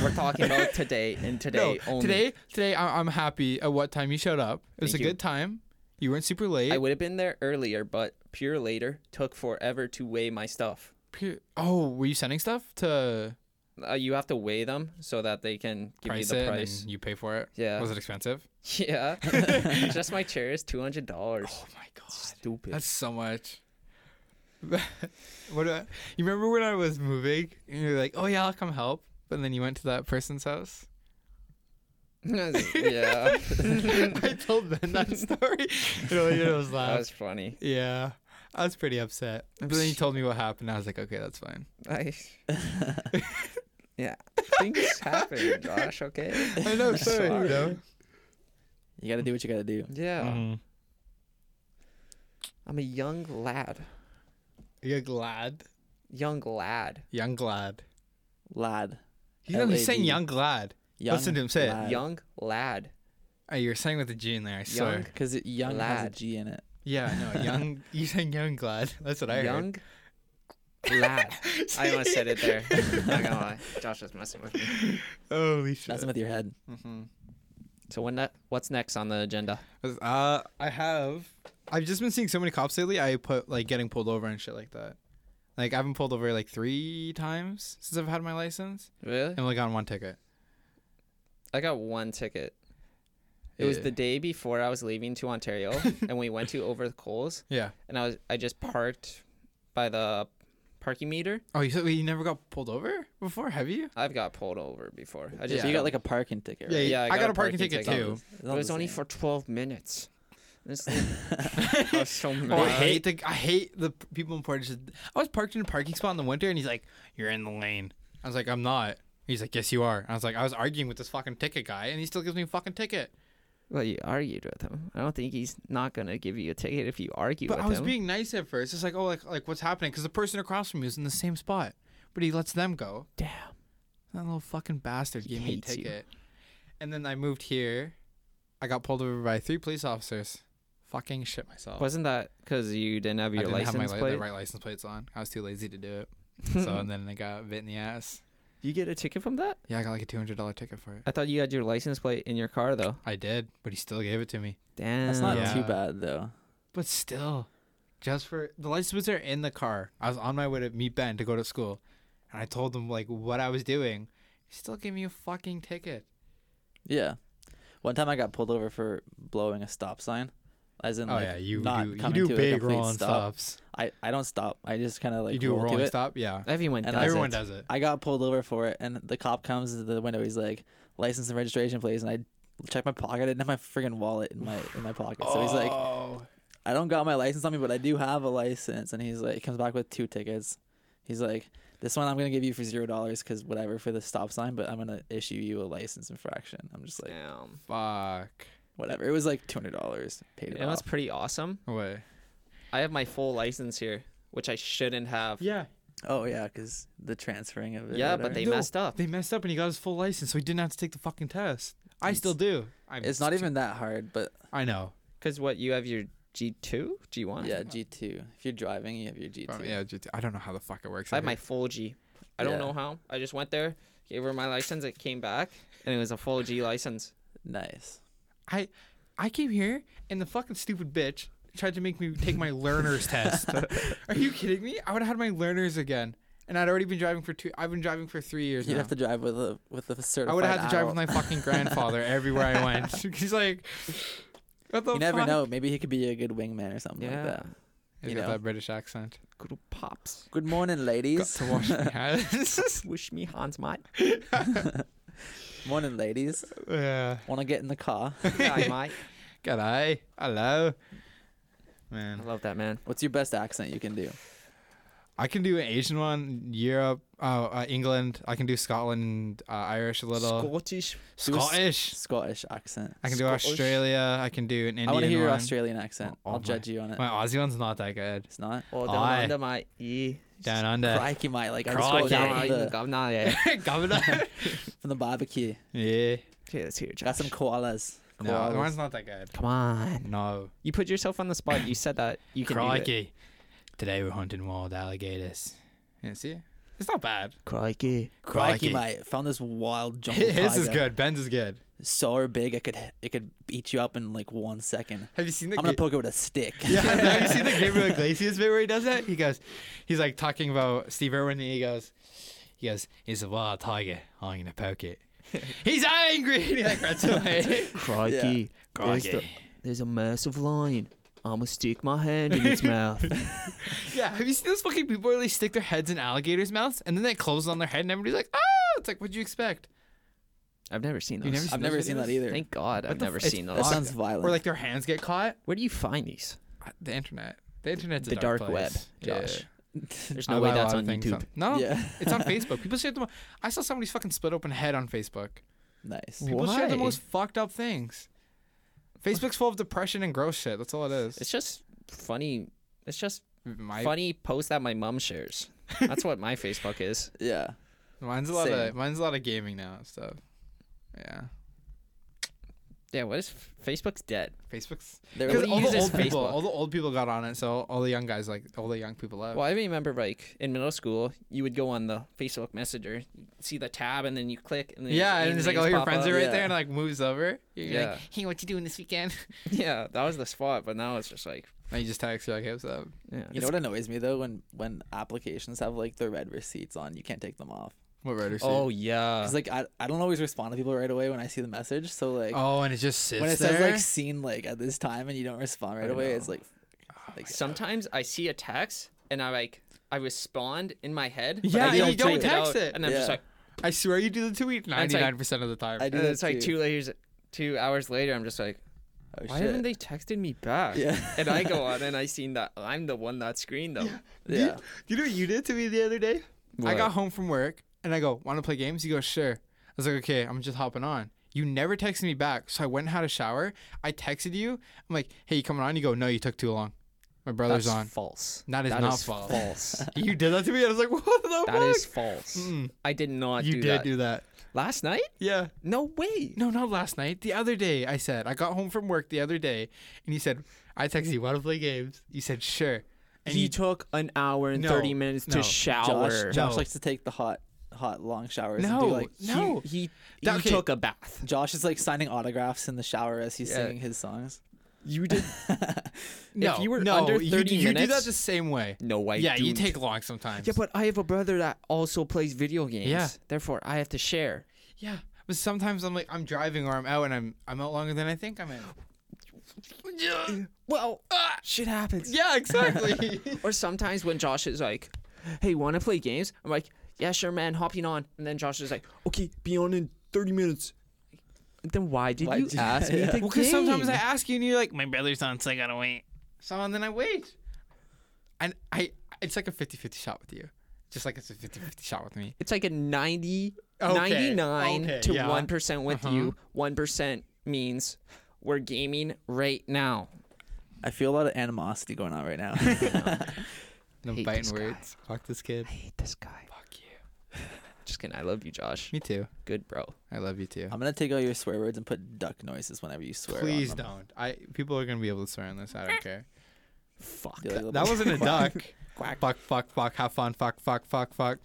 We're talking about today and today
no,
only.
today, today I- I'm happy at what time you showed up. It was
Thank
a
you.
good time. You weren't super late.
I would have been there earlier, but pure later took forever to weigh my stuff.
Pe- oh, were you sending stuff to
Uh, you have to weigh them so that they can give
price
you
it
the
and
price.
then you pay for it?
Yeah.
Was it expensive?
Yeah. Just my chair is two hundred dollars.
Oh my god.
Stupid.
That's so much. what uh, you remember when I was moving and you were like, "Oh yeah, I'll come help," but then you went to that person's house.
yeah.
I told Ben that story. And all you did was
That
laugh.
was funny.
Yeah, I was pretty upset. But then you told me what happened. I was like, "Okay, that's fine."
I. yeah. Things happen, Josh. Okay.
I know,
sorry, you know.
you got to do what you got to do.
Yeah.
Mm-hmm.
I'm a young lad.
You're glad,
Young lad.
young glad.
Lad.
You know, he's saying
LAD.
young glad.
Young
Listen to him say it.
lad.
young lad.
Oh, you were saying with the G in there. I saw.
Young.
Because young has a
Lad.
G in it.
Yeah, I know. Young. you saying young glad. That's what I
young lad. I almost said it there. Not gonna lie. Josh was messing with me.
heard. Holy shit.
Messing with your head.
mm-hmm.
So when that, what's next on the agenda?
Uh, I have. I've just been seeing so many cops lately. I put like getting pulled over and shit like that. Like I've been pulled over like three times since I've had my license,
Really?
and only gotten one ticket.
I got one ticket. It was
Yeah.
the day before I was leaving to Ontario, and we went to Over the Coals,
Yeah.
and I was I just parked by the parking meter.
Oh, you said you never got pulled over before, have you?
I've got pulled over before. I just
So
Yeah.
you got like a parking ticket. Right?
Yeah,
I, got, a parking, ticket,
It's not
too.
the- it's
it
not
was
the
only
same.
for twelve minutes. This I was so mad.
Oh, I hate the I hate the p- people in Portage. I was parked in a parking spot in the winter, and he's like, "You're in the lane." I was like, "I'm not." He's like, "Yes, you are." I was like, "I was arguing with this fucking ticket guy, and he still gives me a fucking ticket."
Well, you argued with him. I don't think he's not gonna give you a ticket if you argue
But
with
I was
him.
being nice at first. It's like, "Oh, like like what's happening?" Because the person across from me is in the same spot, but he lets them go.
Damn.
That little fucking bastard gave me a
hates you.
ticket. And then I moved here. I got pulled over by three police officers. Fucking shit myself.
Wasn't that because you didn't have
I
your
didn't have my
license
li-
plate?
the right license plates on. I was too lazy to do it. so and then I got bit in the ass.
You get a ticket from that?
Yeah, I got like a two hundred dollar ticket for it.
I thought you had your license plate in your car though.
I did, but he still gave it to me.
Damn.
That's not
Yeah.
too bad though.
But still, just for the license plates are in the car. I was on my way to meet Ben to go to school, and I told him like what I was doing. He still gave me a fucking ticket.
Yeah. One time I got pulled over for blowing a stop sign, as in
oh
like
yeah, you
not
do you
coming
do
to a
big
complete
rolling
stop.
stops.
I I don't stop. I just kind of like
you do a
roll to
rolling
it.
stop. Yeah,
Everyone
And
does.
that's
everyone
it.
does it.
I got pulled over for it, and the cop comes to the window. He's like, "License and registration, please." And I checked my pocket. I didn't have my friggin' wallet in my in my pocket. So he's like,
oh,
"I don't got my license on me, but I do have a license." And he's like, he comes back with two tickets. He's like, "This one I'm gonna give you for zero dollars because whatever for the stop sign, but I'm gonna issue you a license infraction." I'm just like,
Damn.
fuck.
whatever. It was like two hundred dollars. Paid it
And
off.
that's pretty awesome.
Wait.
I have my full license here, which I shouldn't have.
Yeah,
Oh yeah, because the transferring of it. or
Yeah, but
whatever.
they
No.
messed up.
they messed up and he got his full license, so he didn't have to take the fucking test. I still do. I'm
It's not even that hard, but
I know.
Because what you have your G two, G one.
yeah, G two. If you're driving, you have your G two.
Probably, yeah, just- I don't know how the fuck it works.
I have
out
my
here.
full G. I don't
Yeah.
know how. I just went there, gave her my license, it came back, and it was a full G license.
Nice.
I I came here and the fucking stupid bitch tried to make me take my learner's test. Are you kidding me? I would have had my learners again, and I'd already been driving for two. I've been driving for three years.
You'd
now.
have to drive with a with a certified.
I would have had to drive with my
adult.
fucking grandfather everywhere I went. He's like, what the
You never
fuck?
know. Maybe he could be a good wingman or something like
Yeah.
that.
He's
you
got
know.
that British accent.
Good pops.
Good morning,
Got
ladies.
to wash my hands.
Wish me Hans Mott.
morning, ladies.
yeah.
Want to get in the car?
Hi, Mike.
G'day. Hello.
I
Man,
love that man.
What's your best accent you can do?
I can do an Asian one, Europe, uh, uh, England. I can do Scotland, uh, Irish a little,
Scottish.
Do a s-
Scottish.
Scottish accent.
I can do
Scottish.
Australia. I can do an Indian.
I want to hear your
one.
Australian accent.
Oh,
I'll
my-
judge you on it.
My Aussie one's not that good.
It's not.
Oh, down
Aye.
under my E.
Down under.
Crikey, my like I just got down from the,
Governor.
from the barbecue.
yeah.
Cheers here,
Got some koalas.
No,
Koalas.
the one's not that good.
Come on.
No.
You put yourself on the spot. You said that you can do it.
Crikey. Today we're hunting wild alligators. Yeah, see? It's not bad.
Crikey.
Crikey, mate! Found this wild jungle
His is
tiger.
good. Ben's is good.
So big, it could it could eat you up in like one second.
Have you seen the
I'm gonna
Ga-
poke it with a stick.
yeah, have you seen the Gabriel Iglesias bit where he does that? He goes, he's like talking about Steve Irwin, and he goes, he goes, he's a wild tiger. I'm gonna poke it. he's angry. And he like runs away.
Crikey. There's, the,
Crikey.
there's a massive lion. I'ma stick my hand in its mouth.
Yeah, have you seen those fucking people where they stick their heads in alligators' mouths and then they close on their head and everybody's like, ah! It's like, what'd you expect?
I've never seen those.
You've never those
I've never seen that
videos?
either.
Thank God I've
the
never
f- it's
seen
that
those.
awesome.
sounds violent.
Or like their hands get caught. Uh,
Where do you find these?
The internet. The internet's a
The
dark,
dark web,
place.
Josh.
Yeah.
There's
I
no
buy
way
a lot
that's
of
on
things
YouTube.
no,
yeah,
it's on Facebook. People share the. Mo- I saw somebody's fucking split open head on Facebook.
nice.
Wha-
People share the
Why?
most fucked up things. Facebook's full of depression and gross shit. That's all it is.
It's just funny. It's just
My,
funny posts that my mom shares. That's what my Facebook is.
Yeah,
mine's a lot of
Same.
mine's a lot of gaming now and stuff. Yeah,
Yeah, what is Facebook's dead?
Facebook's
there
Everybody
because
was,
all the
uses
old people,
Facebook.
all the old people got on it, so all the young guys, like all the young people left.
Well, I remember like in middle school, you would go on the Facebook Messenger, you see the tab, and then you click, and then
yeah, and it's like all your friends are right
yeah.
there, and like moves over. You're
Yeah.
like, hey, what you doing this weekend?
Yeah, that was the spot, but now it's just like
and you just text, you're like, hey, what's up?
yeah.
you know what annoys me though when when applications have like the red receipts on, you can't take them off.
What writer?
Oh yeah.
It's like I, I don't always respond to people right away when I see the message. So like
oh, and it just sits
when it
there.
says like seen like at this time and you don't respond right
I
away,
know.
it's like like
Sometimes I see a text and I like I respond in my head. but
Yeah,
I
and you don't
type
text
out,
it.
and I'm just
Yeah.
like,
I swear you do the tweet
it's like-
99 percent of the time.
I do
and
that
it's like
too.
two layers, two hours later, I'm just like,
Oh,
why
shit.
haven't they texted me back?
Yeah.
and I go on and I seen that I'm the one that screened them.
yeah.
Do you know what you did to me the other day? I
What?
got home from work and I go, want to play games? You go, sure. I was like, okay, I'm just hopping on. You never texted me back, so I went and had a shower. I texted you. I'm like, hey, you coming on? You go, no, you took too long. My brother's
That's
on.
false.
That is not false.
false.
You did that to me. I was like, what the
That
fuck?
is false.
Mm-mm.
I did not
you
do
did
that.
do that.
Last night?
Yeah.
No way.
No, not last night. The other day, I said I got home from work the other day, and you said I texted you want to play games. You said sure. And
he
you,
took an hour and
No,
30 minutes
no.
to
Josh,
shower.
Josh,
No.
Josh likes to take the hot, hot long showers. and
no,
do, like,
no.
He, he,
That-
he
okay.
took a bath.
Josh is like signing autographs in the shower as he's
Yeah.
singing his songs.
You did.
no,
if you were
no,
under
you-
30
you, do that
minutes-
the same way.
No way.
yeah, you
doomed.
take long sometimes.
Yeah, but I have a brother that also plays video games.
Yeah.
Therefore, I have to share.
yeah, but sometimes I'm like I'm driving or I'm out and I'm I'm out longer than I think I'm in. Yeah,
Well, shit happens.
yeah, exactly.
Or sometimes when Josh is like,
Hey, want to play games? I'm like, yeah, sure, man. Hopping on.
and then Josh is like,
Okay, be on in 30 minutes. Then why did
Why
you
did-
ask me
Yeah.
to
well,
game?
because sometimes I ask you and you're like my brother's on, so I gotta wait. So and then I wait, and I it's like a 50-50 shot with you, just like it's a 50-50 shot with me.
it's like a 90,
Okay,
99
okay,
to
yeah.
1% with
Uh-huh.
you. 1% means we're gaming right now.
I feel a lot of animosity going on right now.
No
Hate
biting
this guy.
words. Fuck this kid.
I hate this guy.
Fuck you.
Just kidding. I love you, Josh.
Me too.
Good, bro.
I love you too.
I'm gonna take all your swear words and put duck noises whenever you swear. on
Please
them.
don't. I people are gonna be able to swear on this. I don't care.
Fuck.
Do, like, little-
That wasn't a duck.
Quack.
Fuck. Fuck. Fuck. Have fun. Fuck. Fuck. Fuck. Fuck.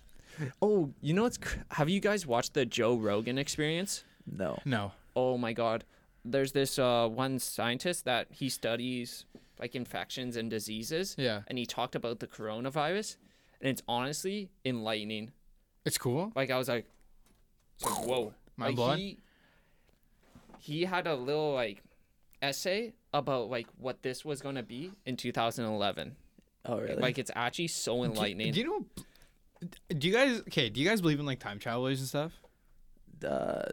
Oh, you know what's. Cr- have you guys watched the Joe Rogan experience?
No.
No.
oh my god there's this uh, one scientist that he studies like infections and diseases
Yeah.
and he talked about the coronavirus and it's honestly enlightening
It's cool.
like i was like, it's like, whoa
Mind
like,
blowing?
he, he had a little like essay about like what this was going to be in 2011
Oh really?
like it's actually so enlightening
Do you know? Do you guys? Okay. Do you guys believe in like time travelers and stuff?
uh,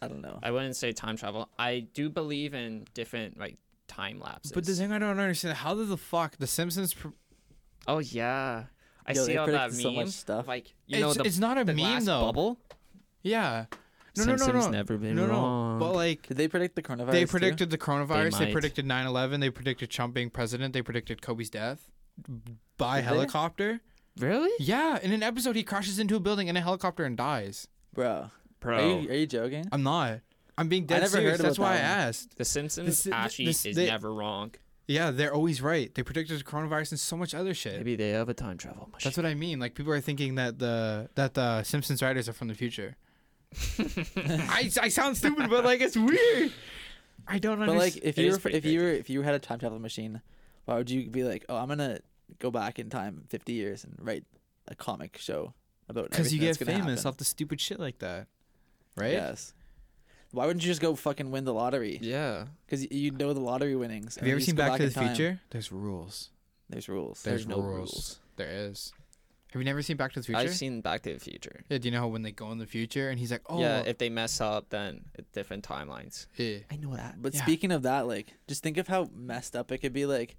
I don't know.
i wouldn't say time travel i do believe in different like time lapses
But the thing I don't understand: how does the fuck the Simpsons? Pr-
Oh yeah, I
Yo,
see
they
all that
predicted
meme.
so much stuff.
Like you
it's,
know, the,
it's not a
the
meme
glass
though.
bubble.
Yeah. No, no, no,
Simpsons
no.
never been
no,
wrong.
no. But like,
Did they predict the coronavirus?
they
too?
predicted the coronavirus. They,
might.
predicted 9/11. They predicted Trump being president. They predicted Kobe's death by
Did they?
helicopter.
really?
Yeah, in an episode, he crashes into a building in a helicopter and dies.
Bro,
Bro,
are you are you joking?
I'm not. I'm being dead
never
serious.
heard
That's
about
why I
that one.
asked.
the Simpsons
This-
actually
this-
is
they-
never wrong.
Yeah, they're always right. They predicted the coronavirus and so much other shit.
Maybe they have a time travel machine.
That's what I mean. Like people are thinking that the that the Simpsons writers are from the future. I, I sound stupid, but like it's weird. I don't
But like,
understand.
if
It
you
is
were
pretty
if you were if you had a time travel machine, why would you be like, oh, I'm gonna go back in time 50 years and write a comic show about?
Because you
everything
get
that's gonna
famous
happen.
off the stupid shit like that, right?
Yes. Why wouldn't you just go fucking win the lottery?
Yeah,
Because you know the lottery winnings.
Have you ever
just
seen
go
Back to
in
the
time.
Future? There's rules.
There's rules.
There's,
There's no
rules.
rules.
There is. Have you never seen Back to the Future?
I've seen Back to the Future.
Yeah, do you know how when they go in the future and he's like, oh,
Yeah, if they mess up, then it's different timelines.
eh.
I know that.
But
Yeah.
speaking of that, like, just think of how messed up it could be. Like,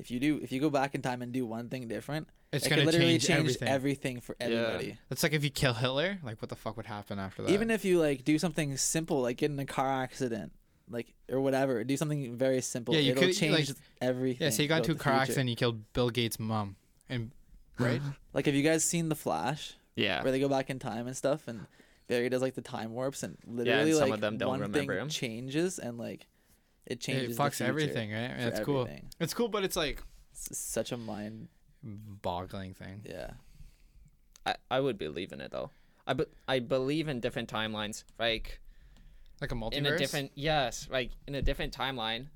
if you do, if you go back in time and do one thing different,
it's
it
gonna
could literally
change, everything.
for everybody.
It's like if you kill Hitler, like what the fuck would happen after that?
Even if you like do something simple, like get in a car accident, like or whatever, do something very simple.
Yeah, you
it'll
could,
change
like-
everything.
yeah, so you got
about
into a
the
car
future.
accident, you killed Bill Gates' mom, and right?
Like, have you guys seen The Flash,
Yeah,
where they go back in time and stuff, and Barry does like the time warps, and literally
some
like
of them don't
one
remember
thing
him.
changes, and like it changes.
it
the
fucks
future
everything, right?
for
That's cool.
everything.
It's cool, but it's like
It's such a mind.
boggling thing.
Yeah.
I, I would believe in it though. I be, I believe in different timelines. Like
Like a multiverse,
in a different yes, like in a different timeline.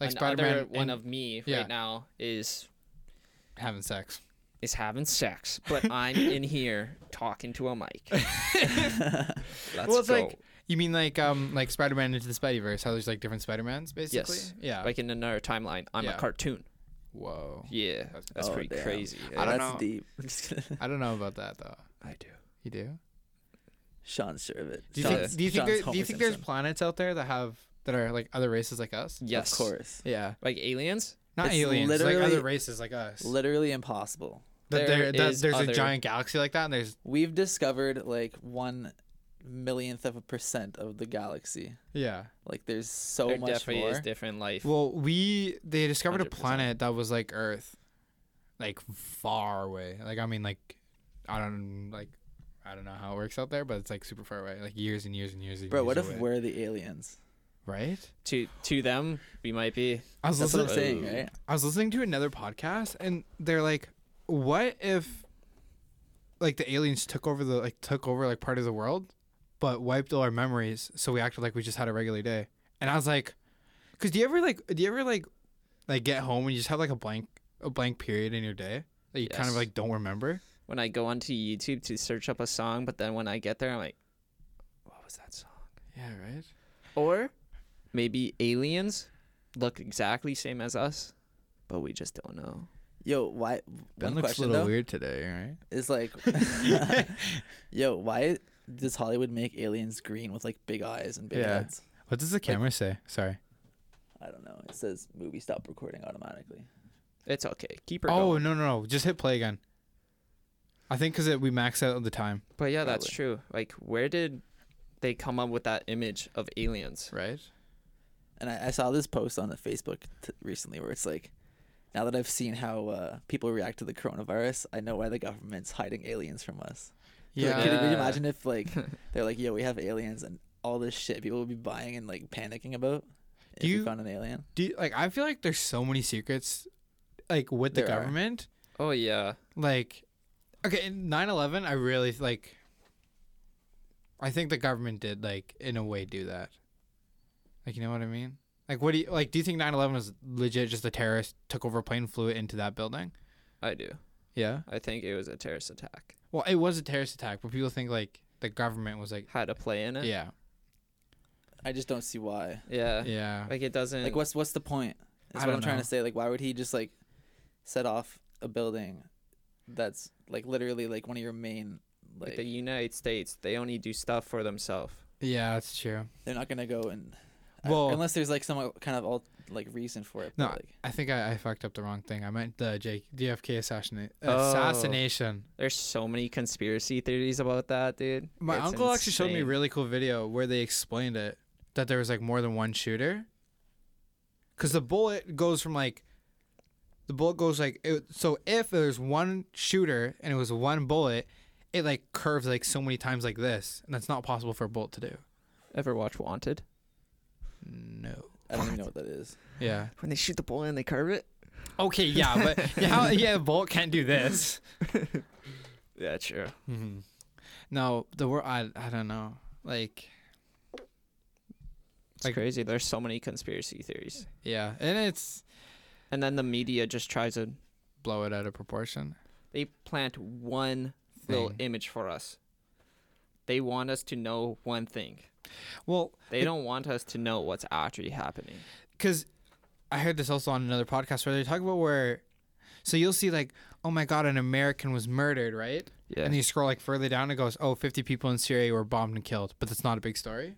like
another
Spider-Man
one
and
of me
yeah.
right now is
having sex.
is having sex, but I'm in here talking to a mic. Let's
well, it's
go.
like you mean like um like Spider-Man into the Spideyverse, how there's like different Spider-Mans basically.
Yes.
Yeah.
Like in another timeline, I'm
Yeah.
a cartoon.
whoa.
Yeah, that's,
Oh,
pretty
damn.
crazy.
I don't
That's
know.
deep. I'm just kidding.
I don't know about that though.
I do.
You do?
Sean Sherbet.
Do you think?
Sean's-
Do you think, there,
Sean's
do you
Homer
think there's
Simpson.
planets out there that have that are like other races like us?
Yes,
Of course.
Yeah,
Like aliens.
not
It's
aliens, like
literally-
other races like us.
Literally impossible.
that
there
there, that
is
there's a
other-
giant galaxy like that, and there's
We've discovered like one millionth of a percent of the galaxy.
Yeah.
Like there's so
there
much
definitely
more.
is different life.
Well, we they discovered a
100%.
planet that was like Earth, like far away. Like I mean, like I don't like I don't know how it works out there, but it's like super far away, like years and years and years. And
Bro,
years
what if
away.
we're the aliens?
right?
to to them, we might be.
I was
That's what I'm
listening.
saying, right?
I was listening to another podcast, and they're like, "What if, like, the aliens took over the like took over like part of the world, but wiped all our memories, so we acted like we just had a regular day?" And I was like, "Cause do you ever like do you ever like like get home and you just have like a blank a blank period in your day that you kind of
Yes.
like don't remember?"
When I go onto YouTube to search up a song, but then when I get there, I'm like, what was that song?
Yeah, right.
Or maybe aliens look exactly same as us, but we just don't know.
Yo, why?
Ben
one
looks a
question
little
though
weird today, right?
is like, yo, why does Hollywood make aliens green with like big eyes and big
Yeah.
heads?
What does the camera say? Sorry.
I don't know. It says movie stop recording automatically.
It's okay. Keep her
Oh
going.
no no no! Just hit play again. I think because we maxed out the time,
But yeah, that's
Probably.
true. Like, where did they come up with that image of aliens?
right?
And I, I saw this post on the Facebook t- recently where it's like, now that I've seen how uh, people react to the coronavirus, I know why the government's hiding aliens from us. Yeah. Like, could you
Yeah.
imagine if like they're like, yo, we have aliens and all this shit people would be buying and like panicking about
Do
if
you-
we found an alien?
do you- like I feel like there's so many secrets like with the
There are.
government.
Oh yeah.
Like okay, in 9/11 I really like I think the government did like in a way do that. Like you know what I mean? Like what do you like do you think 9/11 was legit just the terrorists took over a plane flew it into that building?
I do.
Yeah.
I think it was a terrorist attack.
Well, it was a terrorist attack, but people think like the government was like
Had a play in it.
yeah.
I just don't see why.
Yeah.
Yeah.
Like it doesn't.
Like, what's what's the point?
Uh, I
Is what
don't
I'm trying
know.
to say. Like, why would he just like set off a building that's like literally like one of your main like,
like the United States, they only do stuff for themselves.
Yeah, that's true.
they're not gonna go and I-
Well-
unless there's like some kind of alt like reason for it.
No,
but, like,
I think I, I fucked up the wrong thing. I meant the J- JFK assassina-
Oh.
assassination.
There's so many conspiracy theories about that, dude.
My
It's
uncle actually showed me a
insane.
really cool video where they explained it that there was like more than one shooter. Cause the bullet goes from like, the bullet goes like it, so. If there's one shooter and it was one bullet, it like curves like so many times like this, and that's not possible for a bullet to do.
Ever watch Wanted?
No.
I don't even know what that is.
Yeah.
When they shoot the bullet and they curve it.
Okay. Yeah. But yeah, how, yeah. A bullet can't do this.
Yeah, sure.
Mm-hmm. No, the word I I don't know. Like
It's
Like-
crazy. There's so many conspiracy theories,
yeah, and it's
and then the media just tries to
blow it out of proportion.
they plant one little
Thing.
image for us. They want us to know one thing.
Well,
They
It-
don't want us to know what's actually happening.
because I heard this also on another podcast where they talk about where, so you'll see like, oh my god, an American was murdered, right?
Yeah.
And then you scroll like further down, it goes, oh, 50 people in Syria were bombed and killed, but that's not a big story.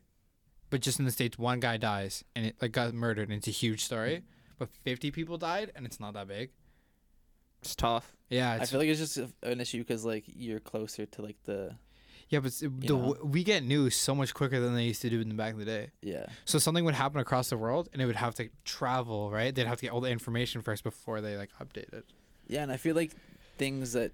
But just in the states, one guy dies and it like got murdered, and it's a huge story. But 50 people died, and it's not that big.
it's tough.
Yeah,
I
it's,
feel like it's just a- an issue because like you're closer to like the
yeah, but it's, the,
know?
we get news so much quicker than they used to do in the back of the day.
yeah.
So something would happen across the world, and it would have to travel, right? They'd have to get all the information first before they like update it.
Yeah, and I feel like things that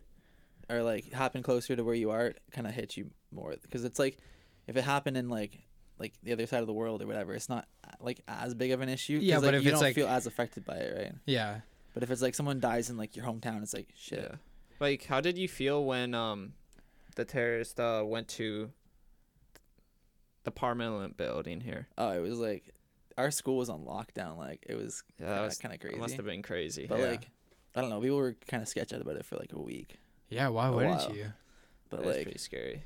are like happen closer to where you are kind of hit you more because it's like if it happened in like like the other side of the world or whatever, it's not like as big of an issue. 'cause,
Yeah, but
like,
if
you
it's,
don't
like-
feel as affected by it, right?
Yeah.
But if it's like someone dies in like your hometown, it's like shit.
Yeah. Like, how did you feel when um, the terrorist uh, went to the Parliament building here?
Oh, it was like our school was on lockdown. Like it was
Yeah, that was
kind of
It
crazy.
must have been crazy.
but
yeah.
like I don't know, people were kind of sketched out about it for like a week.
Yeah, why
a
wouldn't
while.
you?
But
It was
like
pretty scary.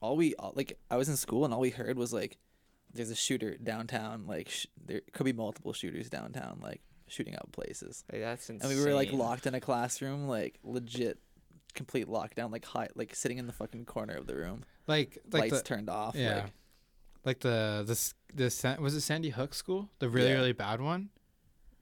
all we all, like I was in school and all we heard was like there's a shooter downtown like sh- there could be multiple shooters downtown like shooting up places
Like, that's
and
insane.
we were like locked in a classroom like legit complete lockdown like high like sitting in the fucking corner of the room
Like like
lights
the
turned off
yeah,
like,
like, the this the Sa- was it Sandy Hook school, the really
Yeah.
really bad one.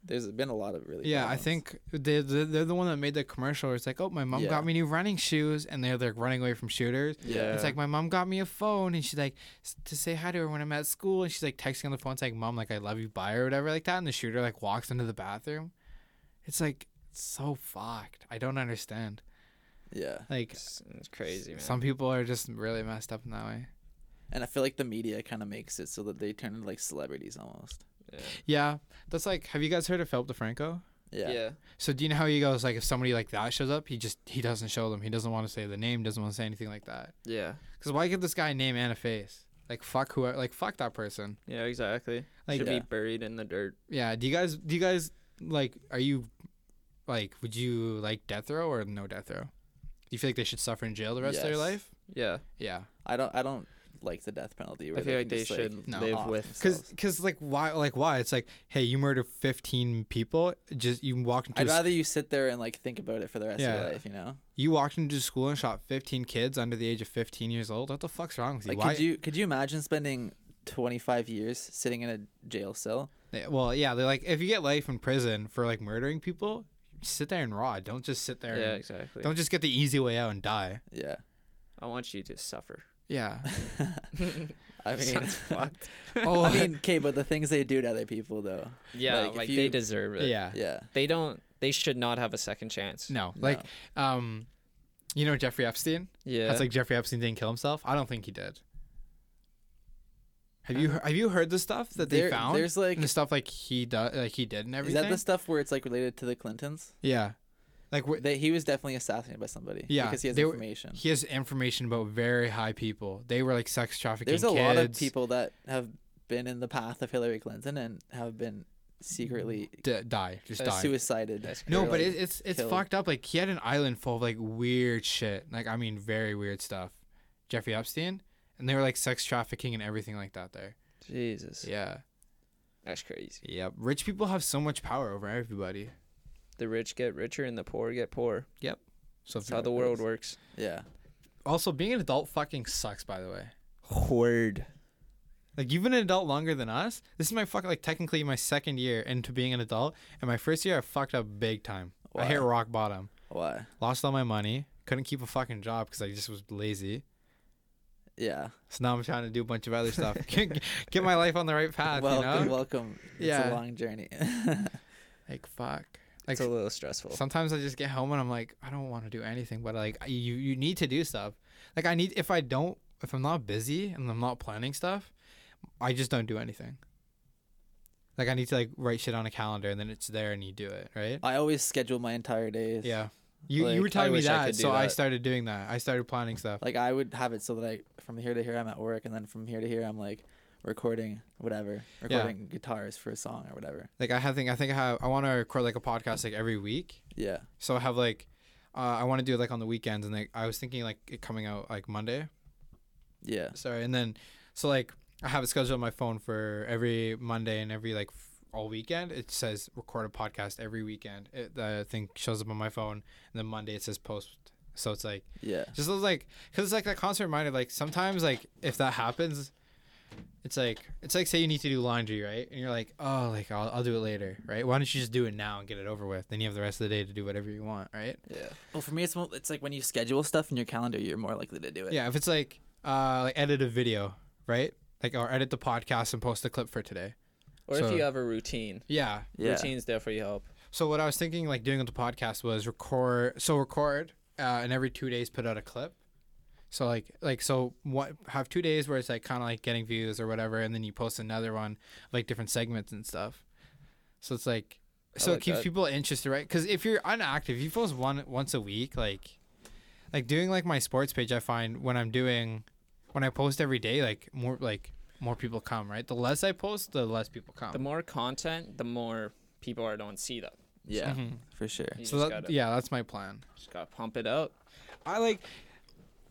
There's been a lot of really.
Yeah,
bad
I
ones.
think they they're, they're the one that made the commercial. Where it's like, oh, my mom
Yeah.
got me new running shoes, and they're like running away from shooters.
Yeah.
It's like my mom got me a phone, and she's like s- to say hi to her when I'm at school, and she's like texting on the phone, it's like, mom, like I love you, bye or whatever, like that. And the shooter like walks into the bathroom. It's like so fucked. I don't understand.
Yeah.
Like
It's, it's crazy, man.
some people are just really messed up in that way.
And I feel like the media kind of makes it so that they turn into like celebrities almost.
Yeah, that's like. Have you guys heard of Philip DeFranco?
Yeah.
So do you know how he goes? Like if somebody like that shows up, he just he doesn't show them. He doesn't want to say the name. Doesn't want to say anything like that.
yeah,
Because why give this guy a name and a face? Like fuck whoever. Like fuck that person.
yeah, exactly.
Like
Should
yeah.
be buried in the dirt.
yeah. Do you guys? Do you guys like? Are you like? Would you like death row or no death row? Do you feel like they should suffer in jail the rest of their
Yes.
life?
Yeah,
Yeah.
I don't. I don't like the death penalty.
I
where
feel like
can
they
just,
should
no.
live
off
with.
Cause,
themselves.
cause, like, why, like, why? It's like, hey, you murdered fifteen people. Just you walked into,
I'd
a s-
rather you sit there and like think about it for the rest of
Yeah.
your life. You know.
you walked into school and shot fifteen kids under the age of fifteen years old. What the fuck's wrong with you?
Like,
why?
could you could you imagine spending 25 years sitting in a jail cell?
Yeah, Well, yeah, they're like, if you get life in prison for like murdering people, sit there and rot. Don't just sit there.
Yeah,
and,
exactly.
don't just get the easy way out and die.
Yeah.
I want you to suffer.
Yeah.
I mean,
Sounds fucked.
Oh,
I mean, okay, but the things they do to other people though.
Yeah,
Like,
like,
if
they
you-
deserve it.
yeah.
Yeah.
they don't. They should not have a second chance.
No, like, um, you know Jeffrey Epstein?
Yeah,
That's like Jeffrey Epstein didn't kill himself. I don't think he did. Have you have you heard the stuff that they
There-
found?
there's, like-
and the stuff like he does, like he did and
Is
everything.
that the stuff where it's like related to the Clintons?
yeah, like wh-
That he was definitely assassinated by somebody.
Yeah,
Because he has
they were-
information.
he has information about very high people. They were like sex trafficking.
There's a lot of
kids.
people that have been in the path of Hillary Clinton and have been secretly
D- die, just
uh,
die.
suicided.
That's
No,
They're,
but
like-
it, it's it's
killed.
fucked up. Like he had an island full of like weird shit. Like I mean, very weird stuff. Jeffrey Epstein, and they were like sex trafficking and everything like that. There.
Jesus.
Yeah.
That's crazy.
Yep. Rich people have so much power over everybody.
The rich get richer and the poor get poor.
So
That's how the world works.
yeah.
also being an adult fucking sucks. By the way,
Horde.
like you've been an adult longer than us. This is my fucking like technically my second year into being an adult, and my first year I fucked up big time. I hit
Wow.
rock bottom.
Why?
Lost all my money. Couldn't keep a fucking job because I just was lazy.
Yeah.
So now I'm trying to do a bunch of other stuff. get get my life on the right path,
welcome,
you know?
welcome. It's
Yeah.
a long journey.
Like fuck. Like
It's a little stressful.
sometimes I just get home and I'm like, I don't want to do anything, but like you you need to do stuff. Like I need if I don't if I'm not busy and I'm not planning stuff, I just don't do anything. Like I need to like write shit on a calendar and then it's there and you do it, right?
I always schedule my entire days.
Yeah. You you
Like,
were
I
telling me
wish I
that,
could do
so I
that.
started doing that. I started planning stuff.
Like I would have it so that I from here to here I'm at work and then from here to here I'm like recording whatever, recording guitars for a song or whatever.
Like I have think I think I have I want to record like a podcast like every week.
Yeah.
So I have like, uh, I want to do it like on the weekends, and like I was thinking like it coming out like Monday.
Yeah.
Sorry, and then so like I have it scheduled on my phone for every Monday and every like f- all weekend. It says record a podcast every weekend. It, the thing shows up on my phone, and then Monday it says post. So it's like
Yeah.
just those, like because it's like that constant reminder. Like sometimes like if that happens. It's like it's like say you need to do laundry, right? And you're like, oh, like I'll, I'll do it later, right? Why don't you just do it now and get it over with? Then you have the rest of the day to do whatever you want, right?
Yeah.
Well, for me it's mo- it's like when you schedule stuff in your calendar you're more likely to do it.
Yeah, if it's like uh like edit a video, right? Like or edit the podcast and post a clip for today.
Or
So-
if you have a routine,
Yeah.
Yeah.
routines definitely help.
So what I was thinking like doing with the podcast was record so record uh and every 2 days put out a clip. So like like so what have 2 days where it's like kind of like getting views or whatever and then you post another one like different segments and stuff. So it's like so
like
it keeps
that.
people interested, right? Cuz if you're unactive, you post one once a week like like doing like my sports page I find when I'm doing when I post every day like more like more people come, right? The less I post, the less people come.
The more content, the more people are don't see them.
Yeah.
Mm-hmm.
For sure.
You
so that,
just, gotta,
yeah, that's my plan.
just gotta pump it out.
I like.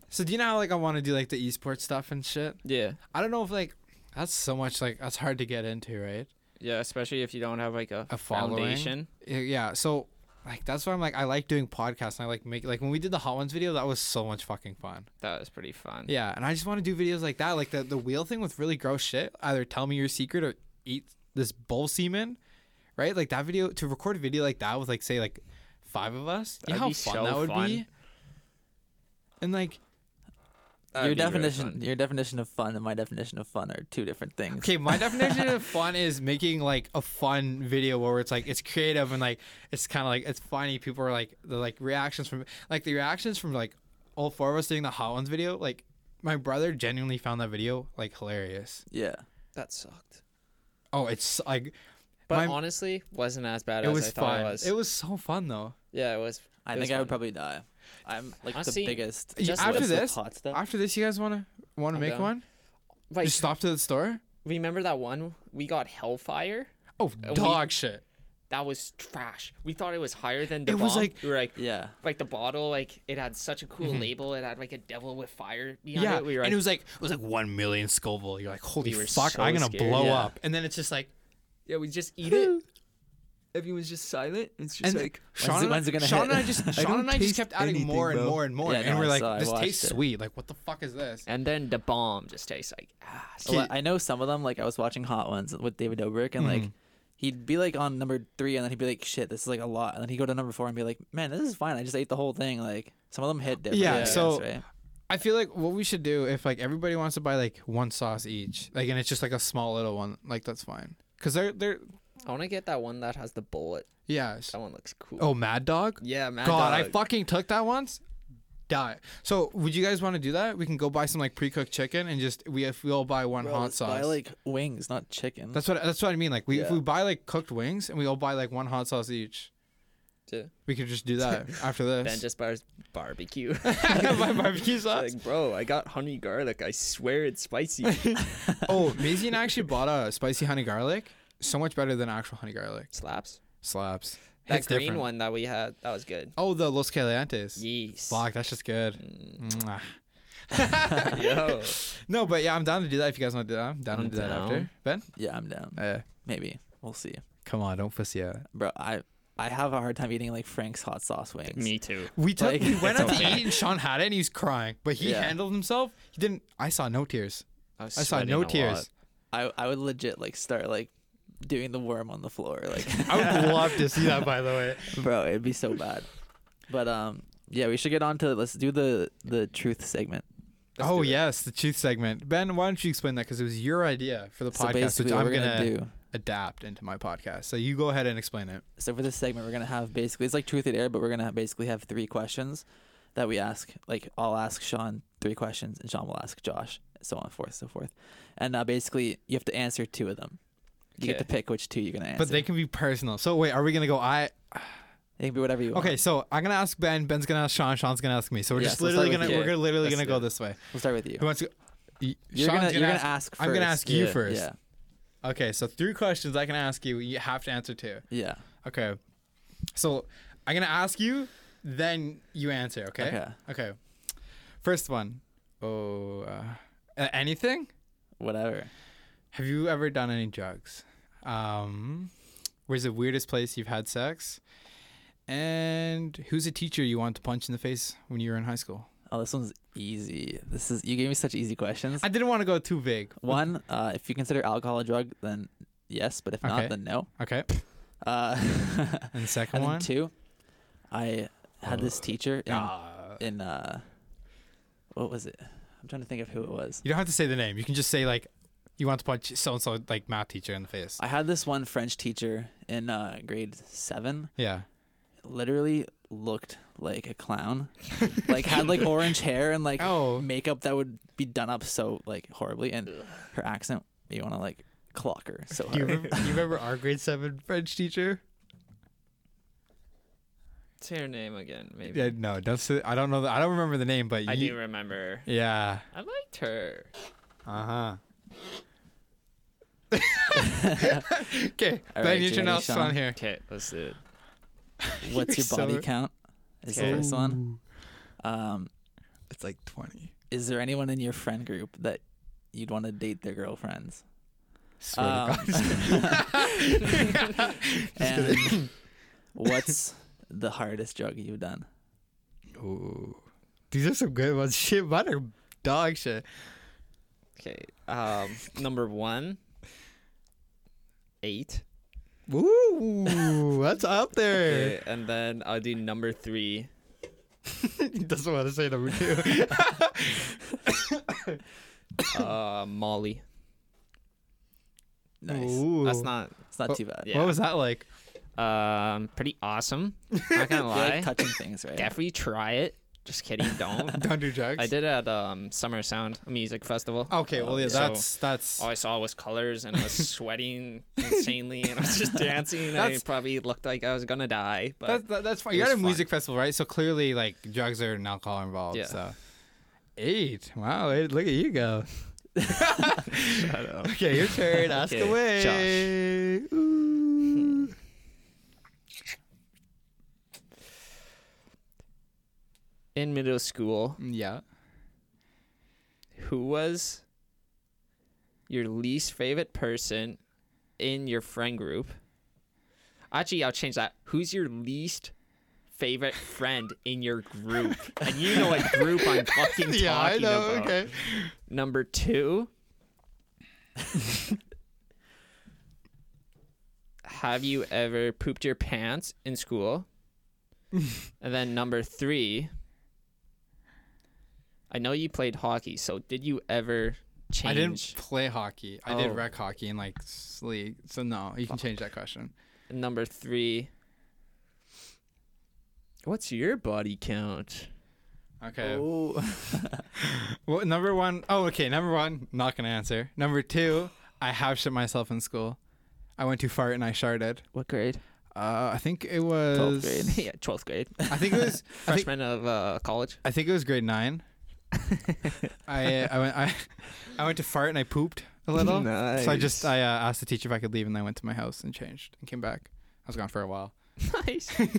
So do you know how like I want to do like the esports stuff and shit?
Yeah.
I don't know if like that's so much like that's hard to get into, right?
Yeah, especially if you don't have like a,
A following.
foundation.
Y- Yeah. So like that's why I'm like I like doing podcasts and I like make like when we did the hot ones video that was so much fucking fun.
That was pretty fun.
Yeah, and I just want to do videos like that, like the the wheel thing with really gross shit. Either tell me your secret or eat this bull semen, right? Like that video to record a video like that with like say like five of us. you
That'd
know how
be
fun
so
that would
fun.
be. And like
That'd
your
be really
definition,
fun.
your definition of fun, and my definition of fun are two different things.
okay, my definition of fun is making like a fun video where it's like it's creative and like it's kind of like it's funny. People are like the like reactions from like the reactions from like all four of us doing the hot ones video. Like my brother genuinely found that video like hilarious.
Yeah.
That sucked.
Oh, it's like
But
My-
honestly, wasn't as bad
it
as
was
I thought
fun.
it was.
so fun though.
yeah, it was.
I
it was
think I would
fun.
probably die. I'm like
Honestly,
the biggest.
Yeah,
Just
after
what's
what's
the
this,
hot stuff?
after this, you guys wanna wanna
I'm
make
down.
one?
Like,
Just stop to the store.
remember that one we got Hellfire?
Oh,
Uh, we-
dog shit.
That was trash. We thought it was higher than the
It was
bomb.
like-
we were like,
yeah.
like the bottle, like it had such a cool label. It had like a devil with fire behind
Yeah,
it. We were
and it
like,
was like it was like one million Scoville. You're like, holy
We were
fuck,
so
I'm gonna
scared.
blow
Yeah.
up. And then it's just like,
yeah, we just eat it.
Everyone's just silent. It's just
and
like
Sean,
it-
and I-
when's it gonna
Sean
hit?
and I just Sean
don't
and I just
taste
kept adding
anything,
more and
bro.
more and more,
Yeah,
and
no,
we're
I
like,
saw it. I
this
watched
tastes
it.
sweet. Like, what the fuck is this?
And then the bomb just tastes like ah. ass.
Well,
Kid-
I know some of them. Like I was watching Hot Ones with David Dobrik, and
Mm.
like he'd be like on number three, and then he'd be like, "Shit, this is like a lot," and then he'd go to number four and be like, "Man, this is fine. I just ate the whole thing." Like some of them hit different.
Yeah,
I guess,
so-
right?
I feel like what we should do if like everybody wants to buy like one sauce each, like, and it's just like a small little one, like that's fine, cause they're they're
I want to get that one that has the bullet.
yeah.
That one looks cool.
Oh, Mad Dog.
yeah, man.
God, I fucking took that once. Die. So, would you guys want to do that? We can go buy some like pre-cooked chicken and just we if we all buy one
Bro,
hot
let's
sauce.
Buy like wings, not chicken.
that's what that's what I mean. Like we if
Yeah.
we buy like cooked wings and we all buy like one hot sauce each,
Yeah.
we could just do that after this.
Ben just bars barbecue.
buy barbecue sauce.
like, bro, I got honey garlic. I swear it's spicy.
oh, Maisie and I actually bought a spicy honey garlic. So much better than actual honey garlic.
Slaps.
Slaps.
That
Hits
green
different.
one that we had, that was good.
Oh, the Los Calientes.
Yeast.
Fuck, that's just good. Mwah.
Yo.
No, but yeah, I'm down to do that if you guys want to do that. I'm down
I'm
to do that after.
down.
Ben?
yeah, I'm down.
Uh,
Maybe we'll see,
come on, don't pussy out.
bro. I I have a hard time eating like Frank's hot sauce wings.
Me too.
We took
Like,
we went out
it's
to
okay.
eat and Sean had it and he was crying, but he
Yeah.
handled himself. He didn't. I saw no tears.
I, was
I saw
sweating a
no
lot.
tears.
I I would legit like start like doing the worm on the floor, like
I would love to see that. By the way,
bro, it'd be so bad. But um, yeah, we should get on to let's do the the truth segment.
oh yes, the truth segment. Ben, why don't you explain that? Because it was your idea for the
So
podcast,
basically,
which
what
I'm
we're
gonna,
gonna do.
adapt into my podcast. So you go ahead and explain it.
So for this segment, we're gonna have basically it's like truth it air, but we're gonna basically have three questions that we ask. Like I'll ask Sean three questions, and Sean will ask Josh, so on forth, so forth. And uh, basically, you have to answer two of them. You get
Okay.
to pick which two you're gonna answer.
But they can be personal. So wait, are we gonna go? I
it can be whatever you want.
okay. So I'm gonna ask Ben. Ben's gonna ask Sean. Sean's gonna ask me. So we're
Yeah,
just
so let's
literally
start
gonna
with
we're
you.
gonna literally
Let's
gonna
do
go
it.
this way.
We'll start with you.
Who wants to? y-
You're
Sean's
gonna, you're
ask-
gonna ask.
I'm gonna
first.
ask you
yeah.
first.
Yeah,
Okay, so three questions I can ask you. You have to answer two.
yeah.
Okay. So I'm gonna ask you, then you answer. Okay.
Okay.
Okay. First one. Oh, uh, a- anything?
Whatever.
Have you ever done any drugs? Um, where's the weirdest place you've had sex? And who's a teacher you want to punch in the face when you were in high school?
Oh, this one's easy. This is you gave me such easy questions.
I didn't want to go too big.
One, uh, if you consider alcohol a drug, then yes. But if
Okay.
not, then no.
Okay.
Uh,
And the second
and then
one. Oh,
two, I had this teacher in,
Ah.
in uh, what was it? I'm trying to think of who it was.
you don't have to say the name. You can just say like, you want to punch so and so like math teacher in the face.
I had this one French teacher in uh, grade seven.
Yeah.
Literally looked like a clown. like had like orange hair and like
Oh.
makeup that would be done up so like horribly, and her accent. You want to like clock her so
Do you,
hard.
remember, you remember our grade seven French teacher?
Say her name again, maybe.
Yeah, no, don't say. I don't know. The, I don't remember the name, but
I
you,
do remember.
yeah.
I liked her.
Uh huh. okay,
All
Ben,
right,
you
you
turn
ready,
off
Sean?
on here.
Okay, let's do it.
What's your
You're
body
so-
count? Is
Okay.
the first one. Um,
It's like twenty.
is there anyone in your friend group that you'd want to date their girlfriends?
Swear
Um,
to God.
And what's the hardest drug you've done?
Ooh. These are some good ones. Shit, mine are dog shit.
Okay. Um, number one, eight.
Ooh, that's up there.
Okay, and then I'll do number three.
he doesn't want to say number two.
Uh, Molly.
Nice.
Ooh.
That's not
It's not
Oh,
too bad.
yeah.
What was that like?
um pretty awesome. Not gonna
I feel
lie.
like touching things, right?
Definitely try it. Just kidding, don't.
Don't do drugs.
I did at um Summer Sound Music Festival.
Okay, well yeah,
So-
that's that's
All I saw was colors, and I was sweating insanely, and I was just dancing. And I
That's-
probably looked like I was gonna die, but
that's that, that's fine.
it
You're at a
was
music festival, right? So clearly, like drugs are and alcohol are involved.
Yeah.
So eight. Wow, eight, look at you go.
Okay, your turn. Ask
Okay,
away. Ooh.
in middle school,
Yeah.
who was your least favorite person in your friend group? Actually, I'll change that. Who's your least favorite friend in your group? And you know what group I'm fucking
Yeah, I
talking
know.
about.
Okay.
Number two. Have you ever pooped your pants in school? and then number three. I know you played hockey, so did you ever change?
I didn't play hockey. I did
Oh.
rec hockey in like s- league. So no,
Oh.
you can change that question.
Number three. What's your body count?
Okay.
Oh.
Ooh.
Well, number one oh okay. Number one, not gonna answer. Number two, I have shit myself in school. I went too far and I sharded.
What grade?
Uh, I think it was.
yeah, twelfth grade.
I think it was. I think,
Freshman of uh, college.
I think it was grade nine. I I went I, I went to fart and I pooped a little. So I just I uh, asked the teacher if I could leave, and then I went to my house and changed and came back. I was gone for a while.
nice.
Like,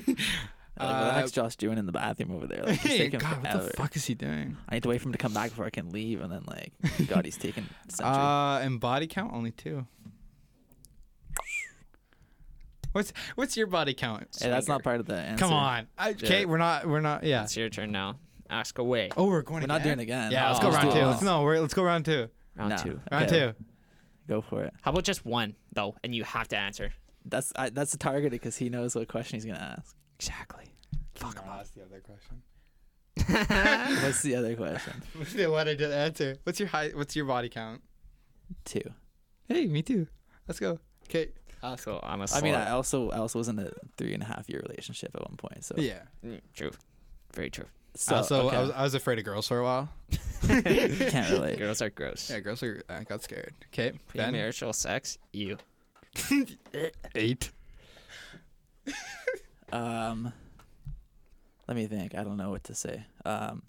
what the
Uh,
heck's Josh doing in the bathroom over there? Like, he's
Hey,
taking
God, what
forever.
the fuck is he doing?
I need to wait for him to come back before I can leave, and then like, God, he's taking. a century.
Uh, and body count only two. What's what's your body count?
hey, that's
Swagger?
not part of the answer.
Come on, I, okay,
Yeah.
we're not we're not yeah.
It's your turn now. Ask away.
Oh, we're going.
We're not doing
again?
it again.
Yeah, let's
Oh,
go
let's
round
do
two.
it.
Let's no, we're, let's go round two.
Round
Nah.
two.
Round
Okay.
two.
Go for it.
How about just one though, and you have to answer.
That's I, that's targeted because he knows what question he's gonna ask.
Exactly.
Fuck, i ask the other question.
What's the other question?
Yeah, what I did answer. What's your high? What's your body count?
Two.
Hey, me too. Let's go. Okay.
Uh, So I'm a
I mean, I
slut.
also I also was in a three and a half year relationship at one point. So
Yeah.
Mm, true. Very true.
so
also,
okay,
I was I was afraid of girls for a while.
can't relate.
Girls are gross.
Yeah, girls are. I got scared. Okay. Then
Premarital sex. You.
eight.
Um, let me think. I don't know what to say. Um,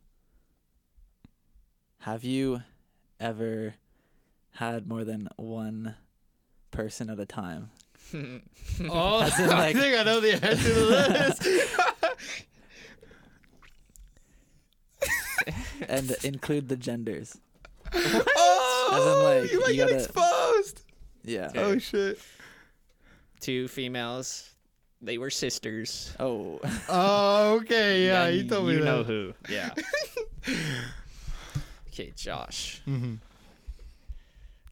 have you ever had more than one person at a time?
Oh,
As in, like-
I think I know the answer to this.
and include the genders.
oh,
like,
you might
you
get
gotta-
exposed.
Yeah.
Yeah.
Oh shit.
Two females. They were sisters.
Oh,
Oh, okay. Yeah,
And
you told me
you
that.
know who. Yeah. okay, Josh.
Mm-hmm.
Mhm.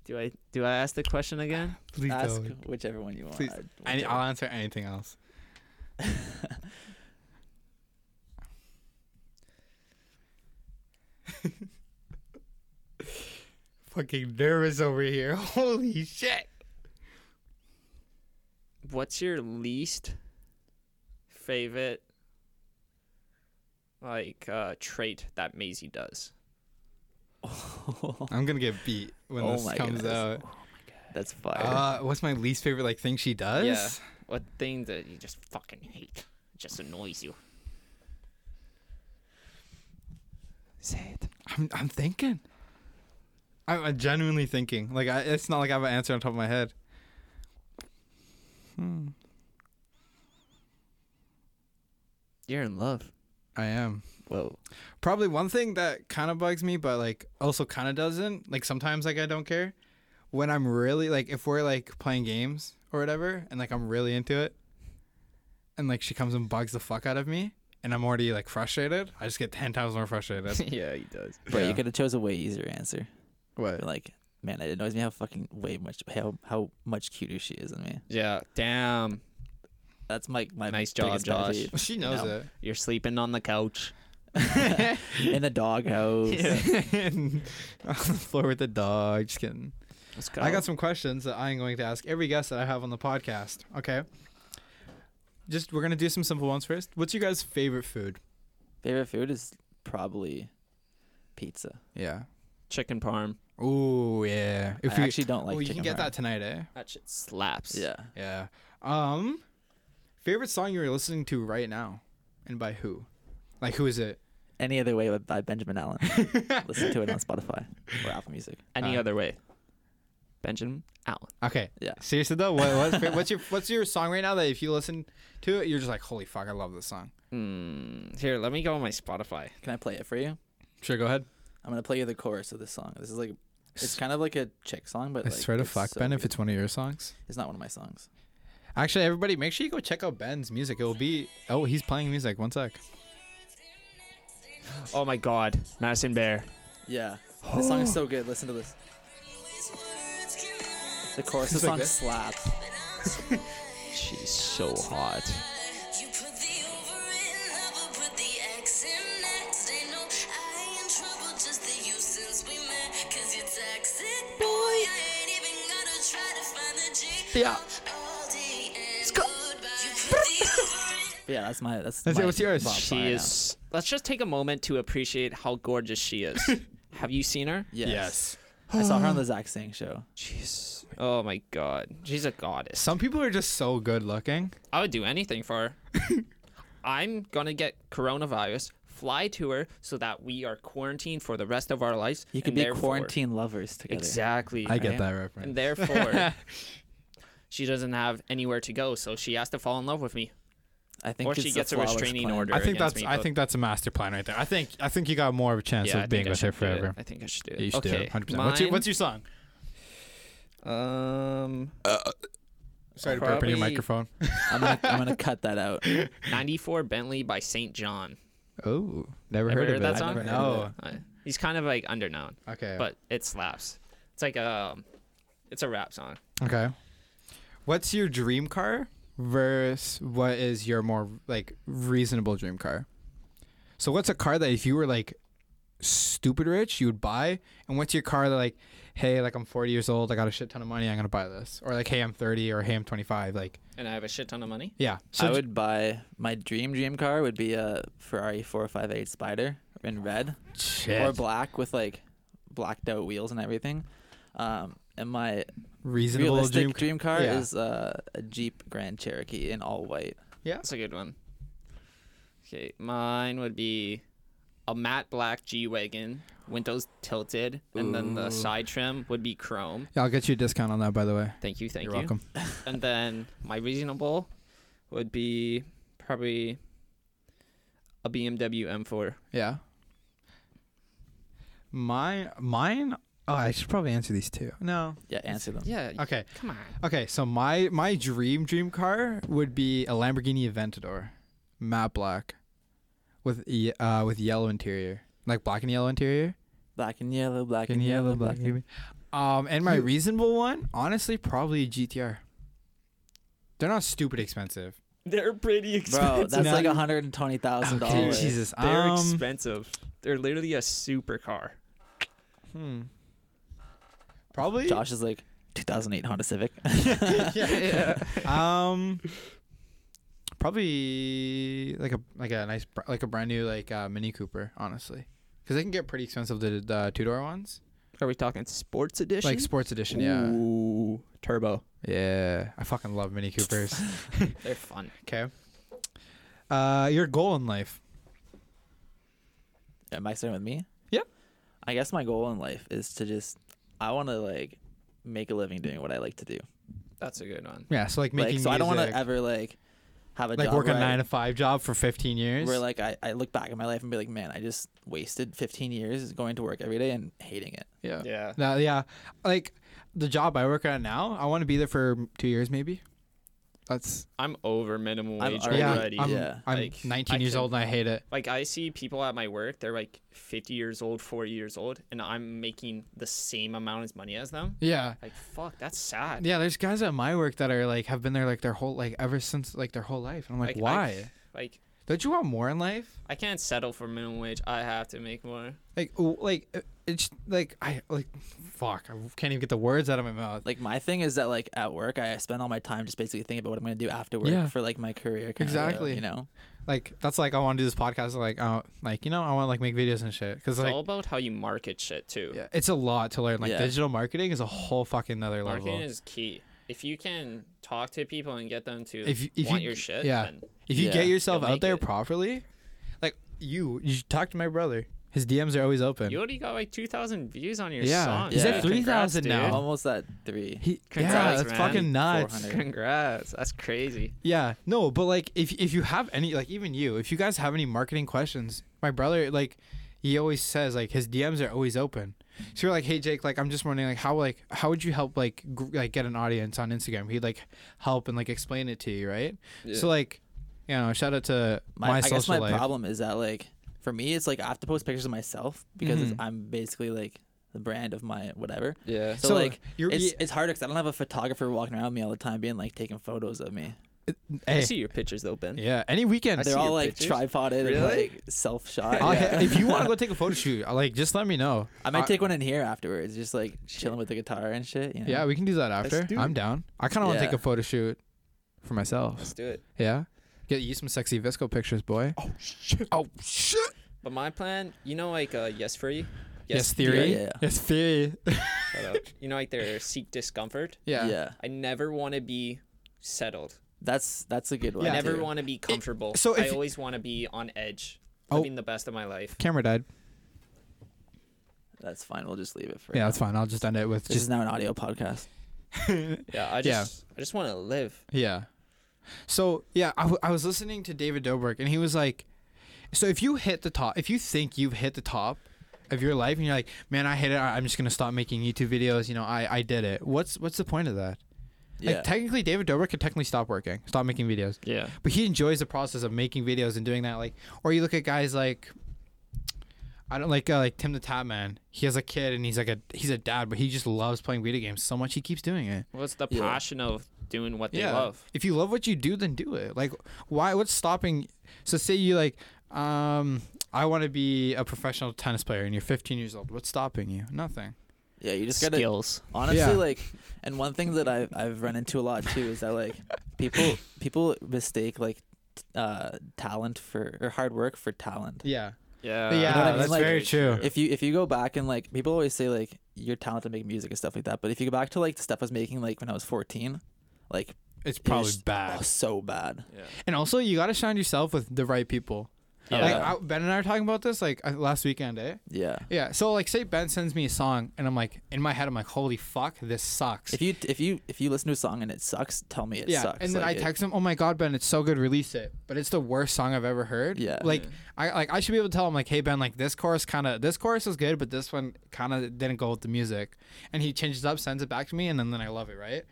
Do I do I ask the question again?
Please
ask
don't.
whichever one you want.
Please.
I-
Any,
whichever.
uh,
I'll answer anything else.
Fucking nervous over here. Holy shit.
What's your least favorite like uh, trait that Maisie does?
I'm gonna get beat when
Oh
this
my
comes
goodness.
out.
That's fire.
Uh, what's my least favorite like thing she does?
Yeah. What thing that you just fucking hate? It just annoys you. Say it.
I'm I'm thinking. I'm, I'm genuinely thinking. Like I, it's not like I have an answer on top of my head. Hmm.
You're in love.
I am.
Whoa.
Probably one thing that kind of bugs me, but like also kind of doesn't. Like sometimes, like I don't care when I'm really like if we're like playing games or whatever, and like I'm really into it, and like she comes and bugs the fuck out of me, and I'm already like frustrated. I just get ten times more frustrated.
yeah, he does.
Bro,
yeah.
you could have chose a way easier answer.
what?
Like man, it annoys me how fucking way much how how much cuter she is than me.
Yeah. Damn.
That's my my
Nice job,
biggest pet
Josh.
peeve.
She knows
No.
it.
You're sleeping on the couch.
in the doghouse.
on the floor with the dog. Just kidding.
Let's go.
I got some questions that I am going to ask every guest that I have on the podcast. Okay. Just we're gonna do some simple ones first. What's your guys' favorite food?
Favorite food is probably pizza.
Yeah.
chicken parm.
Oh yeah. If
I
you
actually don't like.
well, you can
chicken
get
parm.
that tonight, eh?
That shit slaps.
Yeah.
Yeah. Um, favorite song you're listening to right now, and by who? Like who is it?
Any other way by Benjamin Allen. Listen to it on Spotify or Apple Music.
Any
Uh,
other way. Benjamin Allen.
Okay.
Yeah.
Seriously though, what, what's, fa- what's your what's your song right now that if you listen to it, you're just like, holy fuck, I love this song.
Hmm. Here, let me go on my Spotify.
Can I play it for you?
Sure, go ahead.
I'm gonna play you the chorus of this song. This is like it's kind of like a chick song, but
I
like,
swear to
it's
fuck,
so
Ben, if
good.
it's one of your songs.
it's not one of my songs.
Actually, everybody, make sure you go check out Ben's music. It will be oh, he's playing music. One sec.
Oh my God, Madison Bear.
Yeah, this song is so good. Listen to this. The chorus of
It's
the
like
song
this?
slaps.
She's so hot.
You put the over in love, but put the X in next. Ain't no I in trouble, just the you since we met. Cause you're toxic, boy. I ain't even gonna try to find the G.
Yeah.
All day and goodbye. You put the over in
But yeah, that's my that's.
That's it,
my
what's yours?
bop
She
right now.
is. Let's just take a moment to appreciate how gorgeous she is. Have you seen her?
Yes. I saw her on the Zach Sang show.
She's. Oh my God, she's a goddess.
Some people are just so good looking.
I would do anything for her. I'm gonna get coronavirus, fly to her, so that we are quarantined for the rest of our lives.
You could
and
be
therefore-
quarantine lovers together.
Exactly.
I get
Right.
that reference.
And therefore, she doesn't have anywhere to go, so she has to fall in love with me.
I think
Or
it's
she gets a
flawless
restraining
plan.
order.
I think
against
that's
me,
I
but-
think that's a master plan right there. I think I think you got more of a chance
yeah, I
of
think
being
I
with her
should do it.
forever.
I think I should do it.
You should do
okay.
it, 100%. What's your, what's your song?
your um
Sorry to burp in
Probably-
your microphone.
I'm gonna, I'm gonna cut that out.
94 Bentley by St. John.
Oh, never,
Ever
heard of it.
that song?
Never-
Never heard
No.
Uh, he's kind of like underknown,
Oh, Okay.
but it slaps. It's like um it's a rap song.
Okay. What's your dream car versus what is your more like reasonable dream car? So what's a car that if you were like stupid rich you would buy, and what's your car that like, hey, like I'm 40 years old, I got a shit ton of money, I'm gonna buy this, or like hey, I'm 30, or hey, I'm 25, like
And I have a shit ton of money.
yeah.
I
j-
would buy my dream dream car would be a Ferrari 458 Spider in red
shit.
or black with like blacked out wheels and everything. Um, and my
reasonable
realistic
dream,
dream,
car.
car
yeah.
is uh, a Jeep Grand Cherokee in all white.
That's a good one. Okay, mine would be a matte black G wagon, windows tilted, and then the side trim would be chrome.
Yeah, I'll get you a discount on that by the way.
Thank you, thank
You're
you.
welcome.
And then my reasonable would be probably a BMW M4.
Yeah. Mine, mine. Oh, I should probably answer these two. No.
Yeah, answer them.
Yeah.
Okay.
Come on.
Okay, so my my dream dream car would be a Lamborghini Aventador, matte black, with ye- uh with yellow interior, like black and yellow interior.
Black and yellow, black and, yellow, black. And...
Um, and my reasonable one, honestly, probably a GTR. They're not stupid expensive.
They're pretty
Bro,
expensive.
that's
Now
like
you-
one hundred and twenty thousand
Okay,
dollars.
Jesus,
They're
um,
expensive. They're literally a supercar.
hmm. Probably.
Josh is like 2008 Honda Civic.
um probably like a like a nice br- like a brand new like uh, mini cooper honestly because they can get pretty expensive the, the two-door ones
Are we talking sports edition?
like sports edition yeah
Ooh, turbo.
yeah i fucking love mini coopers
They're fun.
okay uh your goal in life
Am I starting with me?
Yep.
I guess my goal in life is to just I want to like make a living doing what I like to do.
That's a good one.
yeah so like making
like, so I don't want
music,
to ever like have a
like
job
work a
where I-
nine to five job for 15 years
where like I, I look back at my life and be like, man, I just wasted 15 years going to work every day and hating it.
yeah
Yeah.
No, yeah like the job i work at now i want to be there for two years maybe That's
I'm over minimum
I'm
wage
already-
yeah.
already.
I'm,
Yeah.
I'm
Like,
19
I
years
can-
old and I hate it.
like I see people at my work, they're like 50 years old, 40 years old, and I'm making the same amount as money as them.
Yeah.
Like fuck, that's sad.
Yeah, there's guys at my work that are like have been there like their whole like ever since like their whole life. And I'm like,
I-
why?
like
Don't you want more in life?
I can't settle for minimum wage. I have to make more.
Like, w- like uh, it's like I like, fuck, I can't even get the words out of my mouth.
Like my thing is that like at work, I spend all my time just basically thinking about what I'm gonna do after work
Yeah.
for like my career. kinda,
Exactly.
You know.
Like that's like I want to do this podcast. Like, uh, like you know, I want to like make videos and shit. Cause
It's
like,
all about how you market shit too.
yeah, it's a lot to learn. Like
Yeah.
digital marketing is a whole fucking other level.
Marketing is key. If you can talk to people and get them to
If you- if
want
you-
your shit,
yeah.
then
if you
Yeah,
get yourself
you'll
out
make
there
it.
properly, like you, you should talk to my brother. His DMs are always open.
you already got like 2,000 views on your
Yeah.
song.
He's at
Congrats,
3,000 now.
dude.
Almost at three.
He, yeah,
Congrats,
that's
man.
fucking nuts.
400.
Congrats. That's crazy.
Yeah, no, but like if if you have any like even you, if you guys have any marketing questions, my brother like he always says like his DMs are always open. So you're like, hey Jake, like I'm just wondering like how like how would you help like gr- like get an audience on Instagram? He'd like help and like explain it to you, right? So like, you know, shout out to my,
my, I guess
social
my
life.
problem is that like for me it's like I have to post pictures of myself because it's,
Mm-hmm.
I'm basically like the brand of my whatever.
Yeah.
So,
So,
like
you're-
it's
yeah.
it's hard because I don't have a photographer walking around with me all the time being like taking photos of me.
Hey,
I see your pictures though, Ben.
yeah, any weekend.
They're all like
pictures?
tripoded and
Really?
like self shot.
I'll hit- if you want to go take a photo shoot, uh, like just let me know.
I might
I-
take one in here afterwards, just like chilling with the guitar and shit. You know?
Yeah, we can do that after.
do
I'm down. I kind of want to
Yeah.
take a photo shoot for myself.
Let's do it.
Yeah. Get you some sexy visco pictures, boy. Oh shit. Oh shit.
But my plan, you know, like uh, yes free,
Yes, theory.
yeah, yeah.
Yes theory.
shut up. You know, like they're seek discomfort.
yeah.
yeah.
I never want to be settled.
That's that's a good one.
Yeah.
I never
too.
want to be comfortable.
so
I
if-
always want to be on edge,
Oh.
living the best of my life.
Camera died.
That's fine. We'll just leave it for.
Yeah,
now.
that's fine. I'll just end it with
This is
just
now an audio podcast.
Yeah, I
Yeah.
just, I just want to live.
yeah. So yeah, I, w- I was listening to David Dobrik and he was like, so if you hit the top, if you think you've hit the top of your life and you're like, man, I hit it. I- I'm just gonna stop making YouTube videos. You know, I I did it. What's what's the point of that?
Yeah.
Like technically, David Dobrik could technically stop working, stop making videos.
Yeah.
but he enjoys the process of making videos and doing that like or you look at guys like I don't like uh, like Tim the Tap Man. He has a kid and he's like a he's a dad, but he just loves playing video games so much he keeps doing it.
What's the
Yeah.
passion of doing what they love?
If you love what you do, then do it. Like why what's stopping so say you like um I want to be a professional tennis player and you're 15 years old. What's stopping you? Nothing.
yeah, you just gotta
Skills.
honestly
Yeah.
like and one thing that I've, I've run into a lot too is that like people people mistake like t- uh talent for or hard work for talent
Yeah. yeah,
Yeah.
I mean?
that's
Like,
very true.
if you if you go back and like people always say like you're talented to make music and stuff like that but if you go back to like the stuff i was making like when i was 14 like it
it's probably
was Oh,
bad.
so bad
And also, you got to shine yourself with the right people.
Yeah.
Like I, Ben and I were talking about this like uh, last weekend, eh?
yeah
Yeah. So like, say Ben sends me a song, and I'm like, in my head, I'm like, holy fuck, this sucks.
if you if you if you listen to a song and it sucks tell me it
yeah.
sucks
and then
Like,
I
it-
text him, oh my god, Ben, it's so good, release it. But it's the worst song I've ever heard.
Yeah.
Like I like I should be able to tell him like, hey Ben, like this chorus kind of this chorus is good, but this one kind of didn't go with the music. And he changes up, sends it back to me, and then, then I love it, right?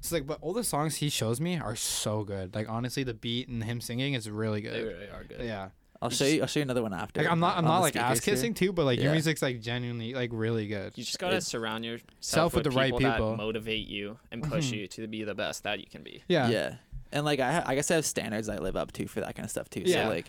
So like, but all the songs he shows me are so good. Like honestly, the beat and him singing is really
They
good.
really are good.
Yeah.
i'll show you i'll show you another one after
Like I'm not I'm
on
not
the
like ass
speakers here.
kissing too, but like your
Yeah.
music's like genuinely like really good.
You just gotta
It's-
surround yourself
Self with
with,
the right
people,
people. Mm-hmm.
that motivate you and push you to be the best that you can be.
Yeah.
yeah. and like i ha- i guess i have standards i live up to for that kind of stuff too
Yeah.
so like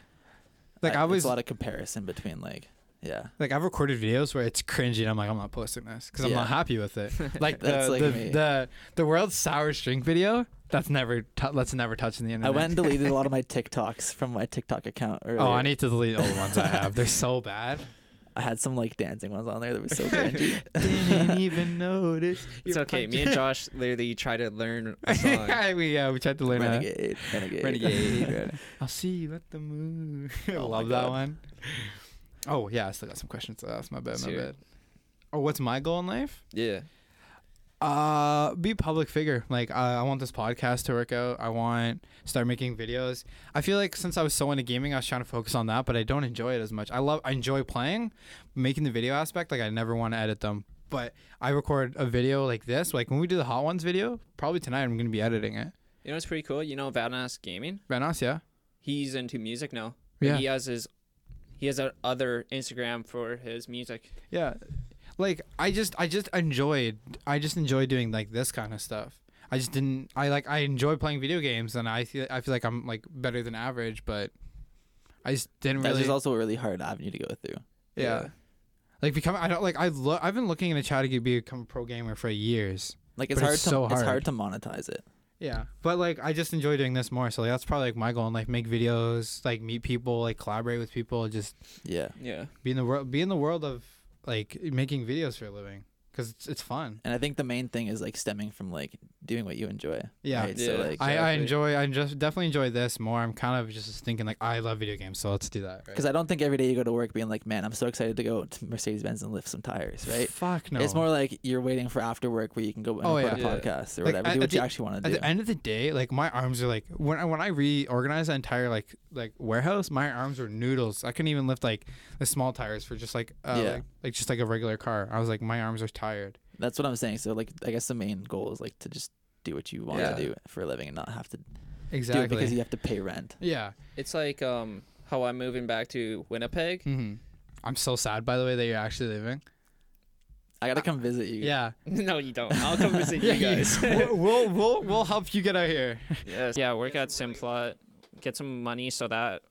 Like
I-
I
it's
was
a lot of comparison between like yeah
Like I've recorded videos where it's cringy and I'm like I'm not posting this because I'm
Yeah.
not happy with it. Like the
That's like
the,
me.
the the world's sourest drink video that's never t- that's never touching the
I
internet.
went and deleted a lot of my TikToks from my TikTok account. Earlier.
Oh, I need to delete all the ones I have. They're so bad.
I had some like dancing ones on there that were so cringy.
Didn't even notice.
It's
You're
okay. Me
punching-
and Josh literally try to learn a song.
yeah, we yeah we tried to learn that.
renegade, renegade,
Renegade. I'll see you at the moon. I
Oh my
love that
God.
one. Oh yeah, I still got some questions left. My bad,
Let's
my
hear it.
bad. Oh, what's my goal in life?
yeah.
Uh, be a public figure. Like, I I want this podcast to work out. I want start making videos. I feel like since I was so into gaming, I was trying to focus on that, but I don't enjoy it as much. I love, I enjoy playing, making the video aspect. Like, I never want to edit them, but I record a video like this. Like when we do the hot ones video, probably tonight I'm gonna be editing it.
You know what's pretty cool? You know Vanass Gaming?
Vanas, yeah.
He's into music now.
Yeah.
He has his he has a other Instagram for his music.
Yeah. Like I just I just enjoyed I just enjoy doing like this kind of stuff. I just didn't I like I enjoy playing video games and I feel I feel like I'm like better than average, but I just didn't
That's
really
just also a really hard avenue to go through.
yeah. Like become I don't like I look I've been looking into how to get- become a pro gamer for years.
Like it's
But
hard
it's
to
so
it's
hard.
hard to monetize it.
Yeah. But like I just enjoy doing this more, so like, that's probably like my goal and like make videos, like meet people, like collaborate with people, just
Yeah.
Yeah.
be in the world be in the world of like making videos for a living cuz it's it's fun.
And I think the main thing is like stemming from like doing what you enjoy.
Yeah.
Right? So
Yeah.
like
I, I
Exactly.
enjoy I just definitely enjoy this more. I'm kind of just thinking like I love video games, so let's do that. Right?
because I don't think every day you go to work being like, man, I'm so excited to go to Mercedes Benz and lift some tires, right?
Fuck no.
It's more like you're waiting for after work where you can go and
Oh,
record
yeah.
a podcast or
Like,
whatever.
at- at
do what you
the-
actually want to
at
do.
the end of the day, like my arms are like when I when I reorganized the entire like like warehouse, my arms were noodles. I couldn't even lift like the small tires for just like uh,
Yeah.
like, like just like a regular car. I was like my arms are tired.
That's what I'm saying. So like, I guess the main goal is like to just do what you want
Yeah.
to do for a living and not have to do it
Exactly.
because you have to pay rent.
yeah.
It's like um how I'm moving back to Winnipeg.
hmm I'm so sad by the way that you're actually leaving.
I gotta come visit you.
Yeah.
no, you don't. I'll come visit you guys.
we'll, we'll we'll we'll help you get out here.
yes. Yeah, work at Simplot, get some money so that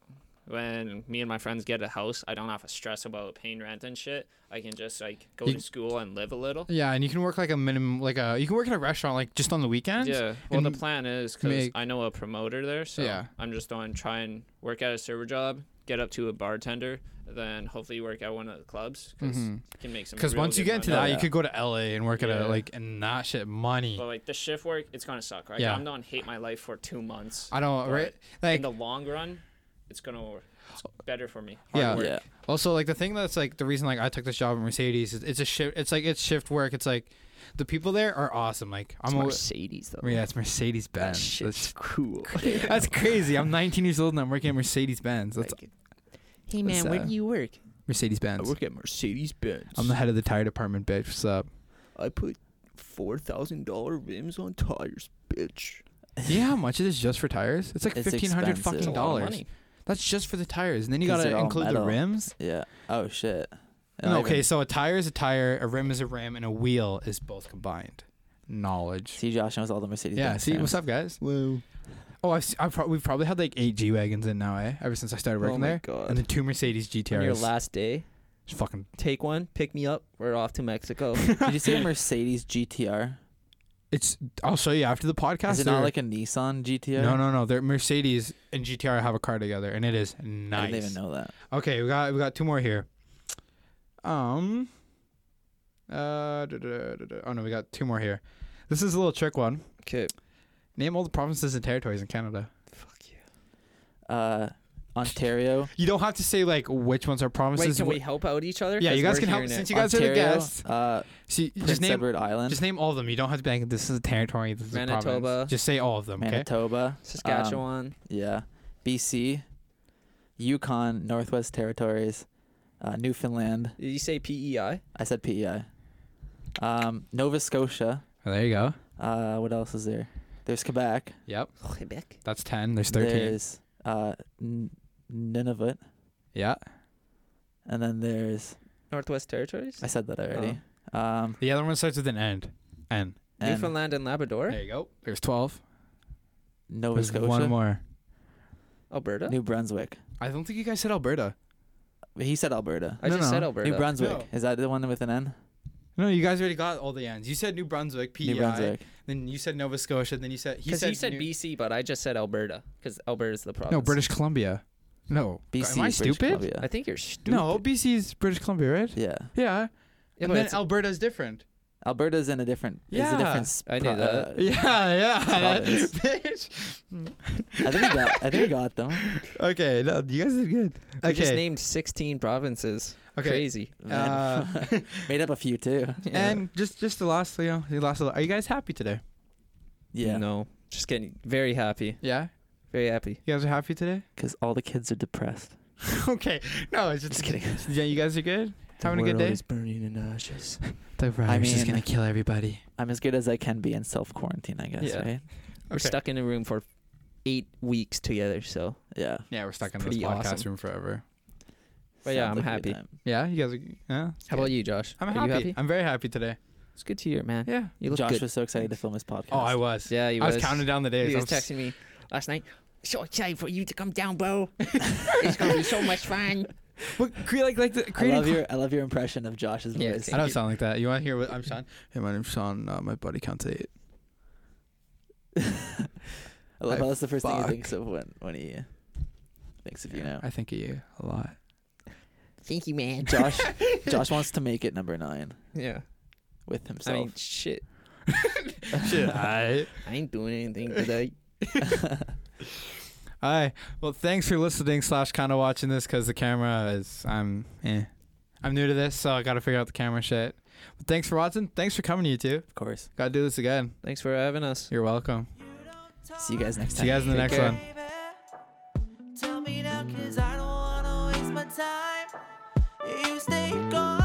when me and my friends get a house, I don't have to stress about paying rent and shit. I can just like go
You-
to school and live a little.
Yeah, and you can work like a minimum like a you can work at a restaurant like just on the weekends.
Yeah. Well, the
And-
plan is because
make-
I know a promoter there, so
Yeah.
I'm just going to try and work at a server job, get up to a bartender, then hopefully work at one of the clubs because
Mhm.
can make some.
Because
real
once you
good
get into
money.
that,
Oh,
you
yeah.
could go to LA and work at a
Yeah.
like and not shit money.
But like the shift work, it's gonna suck, right?
Yeah.
I'm gonna hate my life for two months.
I don't
but
right
in
like
the long run, it's gonna work. It's better for me. Hard
Yeah.
work.
Yeah.
also like the thing that's like the reason like I took this job at Mercedes is it's a shift. It's like it's shift work. It's like the people there are awesome. Like I'm always.
Mercedes though.
Yeah, it's Mercedes
That
Benz.
shit's
That's,
cool.
that's crazy. I'm 19 years old and I'm working at Mercedes Benz. That's
Hey
man, where do
you work?
Mercedes
I
Benz.
work at Mercedes Benz.
I'm the head of the tire department, bitch. What's up?
I put four thousand dollar rims on tires, bitch.
You know how much it is just for tires? It's like
It's
1500
expensive.
fucking
It's a lot
of
dollars.
money.
That's just for the tires, and then you
'Cause
gotta
they're all
include the
metal.
rims.
Yeah. Oh shit. And
No,
I
okay,
even-
so a tire is a tire, a rim is a rim, and a wheel is both combined. Knowledge.
See, Josh knows all the Mercedes.
yeah. See, what's up, guys?
Whoa.
Oh, I've, se- I've pro- we've probably had like eight G wagons in now, eh? Ever since I started
Oh
working
my
there, and
god.
the two Mercedes
On your
GTRs.
last day,
It's fucking
take one, pick me up. We're off to Mexico.
Did you say Mercedes GTR?
it's. I'll show you after the podcast.
Is it
They're-
not like a Nissan GTR?
no, no, no. They're Mercedes and GTR have a car together, and it is nice.
I didn't even know that.
Okay, we got we got two more here. Um. Uh. duh, duh, duh, duh, duh. Oh no, we got two more here. This is a little trick one.
Okay.
Name all the provinces and territories in Canada.
Uh, Ontario.
You don't have to say like which ones are promises.
Wait, can
wh-
we help out each other?
Yeah, you guys
'Cause we're
can help
hearing
since
it.
you guys are the
Ontario,
guests.
Uh,
See,
Prince
just name
Edward Island.
just name all of them. You don't have to be like this is a territory, this is a
Manitoba.
province. Just say all of them, okay?
Manitoba. um,
Saskatchewan.
yeah. BC. Yukon. Northwest Territories. Uh, Newfoundland.
Did you say E PEI?
I said PEI. Um, Nova Scotia.
Oh, there you go.
Uh, what else is there? There's Quebec.
Yep,
Quebec.
that's ten. There's thirteen.
There's uh, N- Nunavut.
Yeah,
And then there's.
Northwest Territories?
I said that already.
Oh.
Um,
the other one starts with an N. N.
and
Newfoundland and Labrador?
There you go. There's twelve.
Nova
There's
Scotia.
one more.
Alberta?
New Brunswick.
I don't think you guys said Alberta.
He said Alberta.
I
No,
just
no.
said
New
Alberta.
New Brunswick.
No.
Is that the one with an N?
No, you guys already got all the N's. You said New Brunswick,
E
PEI.
New Brunswick.
Then you said Nova Scotia. Then you said he
Because
said,
he said
New-
BC, but I just said Alberta. Because Alberta's the province.
No, British Columbia. No,
BC.
Am I
British
stupid?
Columbia.
I think you're stupid.
No, BC's British Columbia, right?
Yeah.
Yeah.
Yeah,
and
but
then
it's-
Alberta's different.
Alberta's in a different. Yeah.
Yeah.
a different. uh, s-
I knew that.
Yeah, yeah.
Province. I think he got. I think he got them.
okay, no, you guys did good.
I just
Okay,
named 16 provinces.
okay.
Crazy.
Uh,
Made up a few too.
and just just the last, you know, the last. Little, are you guys happy today?
Yeah.
No. Just getting very happy.
Yeah,
Very happy.
you guys are happy today.
Because all the kids are depressed.
okay, no, it's just, kidding. Yeah, you guys are good. Having a good day.
burning in ashes.
The virus
is gonna
kill everybody.
I'm as good as I can be in self quarantine, I guess.
Yeah.
Right.
We're
Okay.
stuck in a room for eight weeks together. So,
Yeah.
Yeah, we're stuck in
It's
this
pretty
podcast
awesome.
room forever.
But yeah,
Sounds
I'm
like a
happy.
good time.
Yeah, you guys are. Yeah,
how about you, Josh?
I'm
Are
happy.
You happy?
I'm very happy today.
It's good to hear, man.
Yeah.
You look
Josh
good.
was so excited to film his podcast.
Oh, I was.
yeah, you
I was, counting down the days.
He
I
was
was-
texting me last night. So excited for you to come down, bro. it's gonna be so much fun.
But cre- like like the
I
creating.
love your I love your impression of Josh's
Yeah,
voice.
thank
I don't sound like that. You want to hear what I'm Sean?
Hey, my name's Sean. Uh, my buddy counts eight.
I love how that's the first thing
Fuck.
he thinks of when when he uh, thinks of you now.
I think of you a lot.
Thank you, man.
Josh Josh wants to make it number nine
Yeah.
with
I
himself.
mean, shit.
Shit. I.
I ain't doing anything today.
Hi. Well, thanks for listening slash kind of watching this because the camera is I'm eh. I'm new to this, so I got to figure out the camera shit. But thanks for watching. Thanks for coming, you two.
of course.
Gotta do this again.
Thanks for having us.
You're welcome.
See you guys next time.
See you guys in the
Take
next
care.
one.
Tell me now, cause I don't wanna waste my time. You stay gone.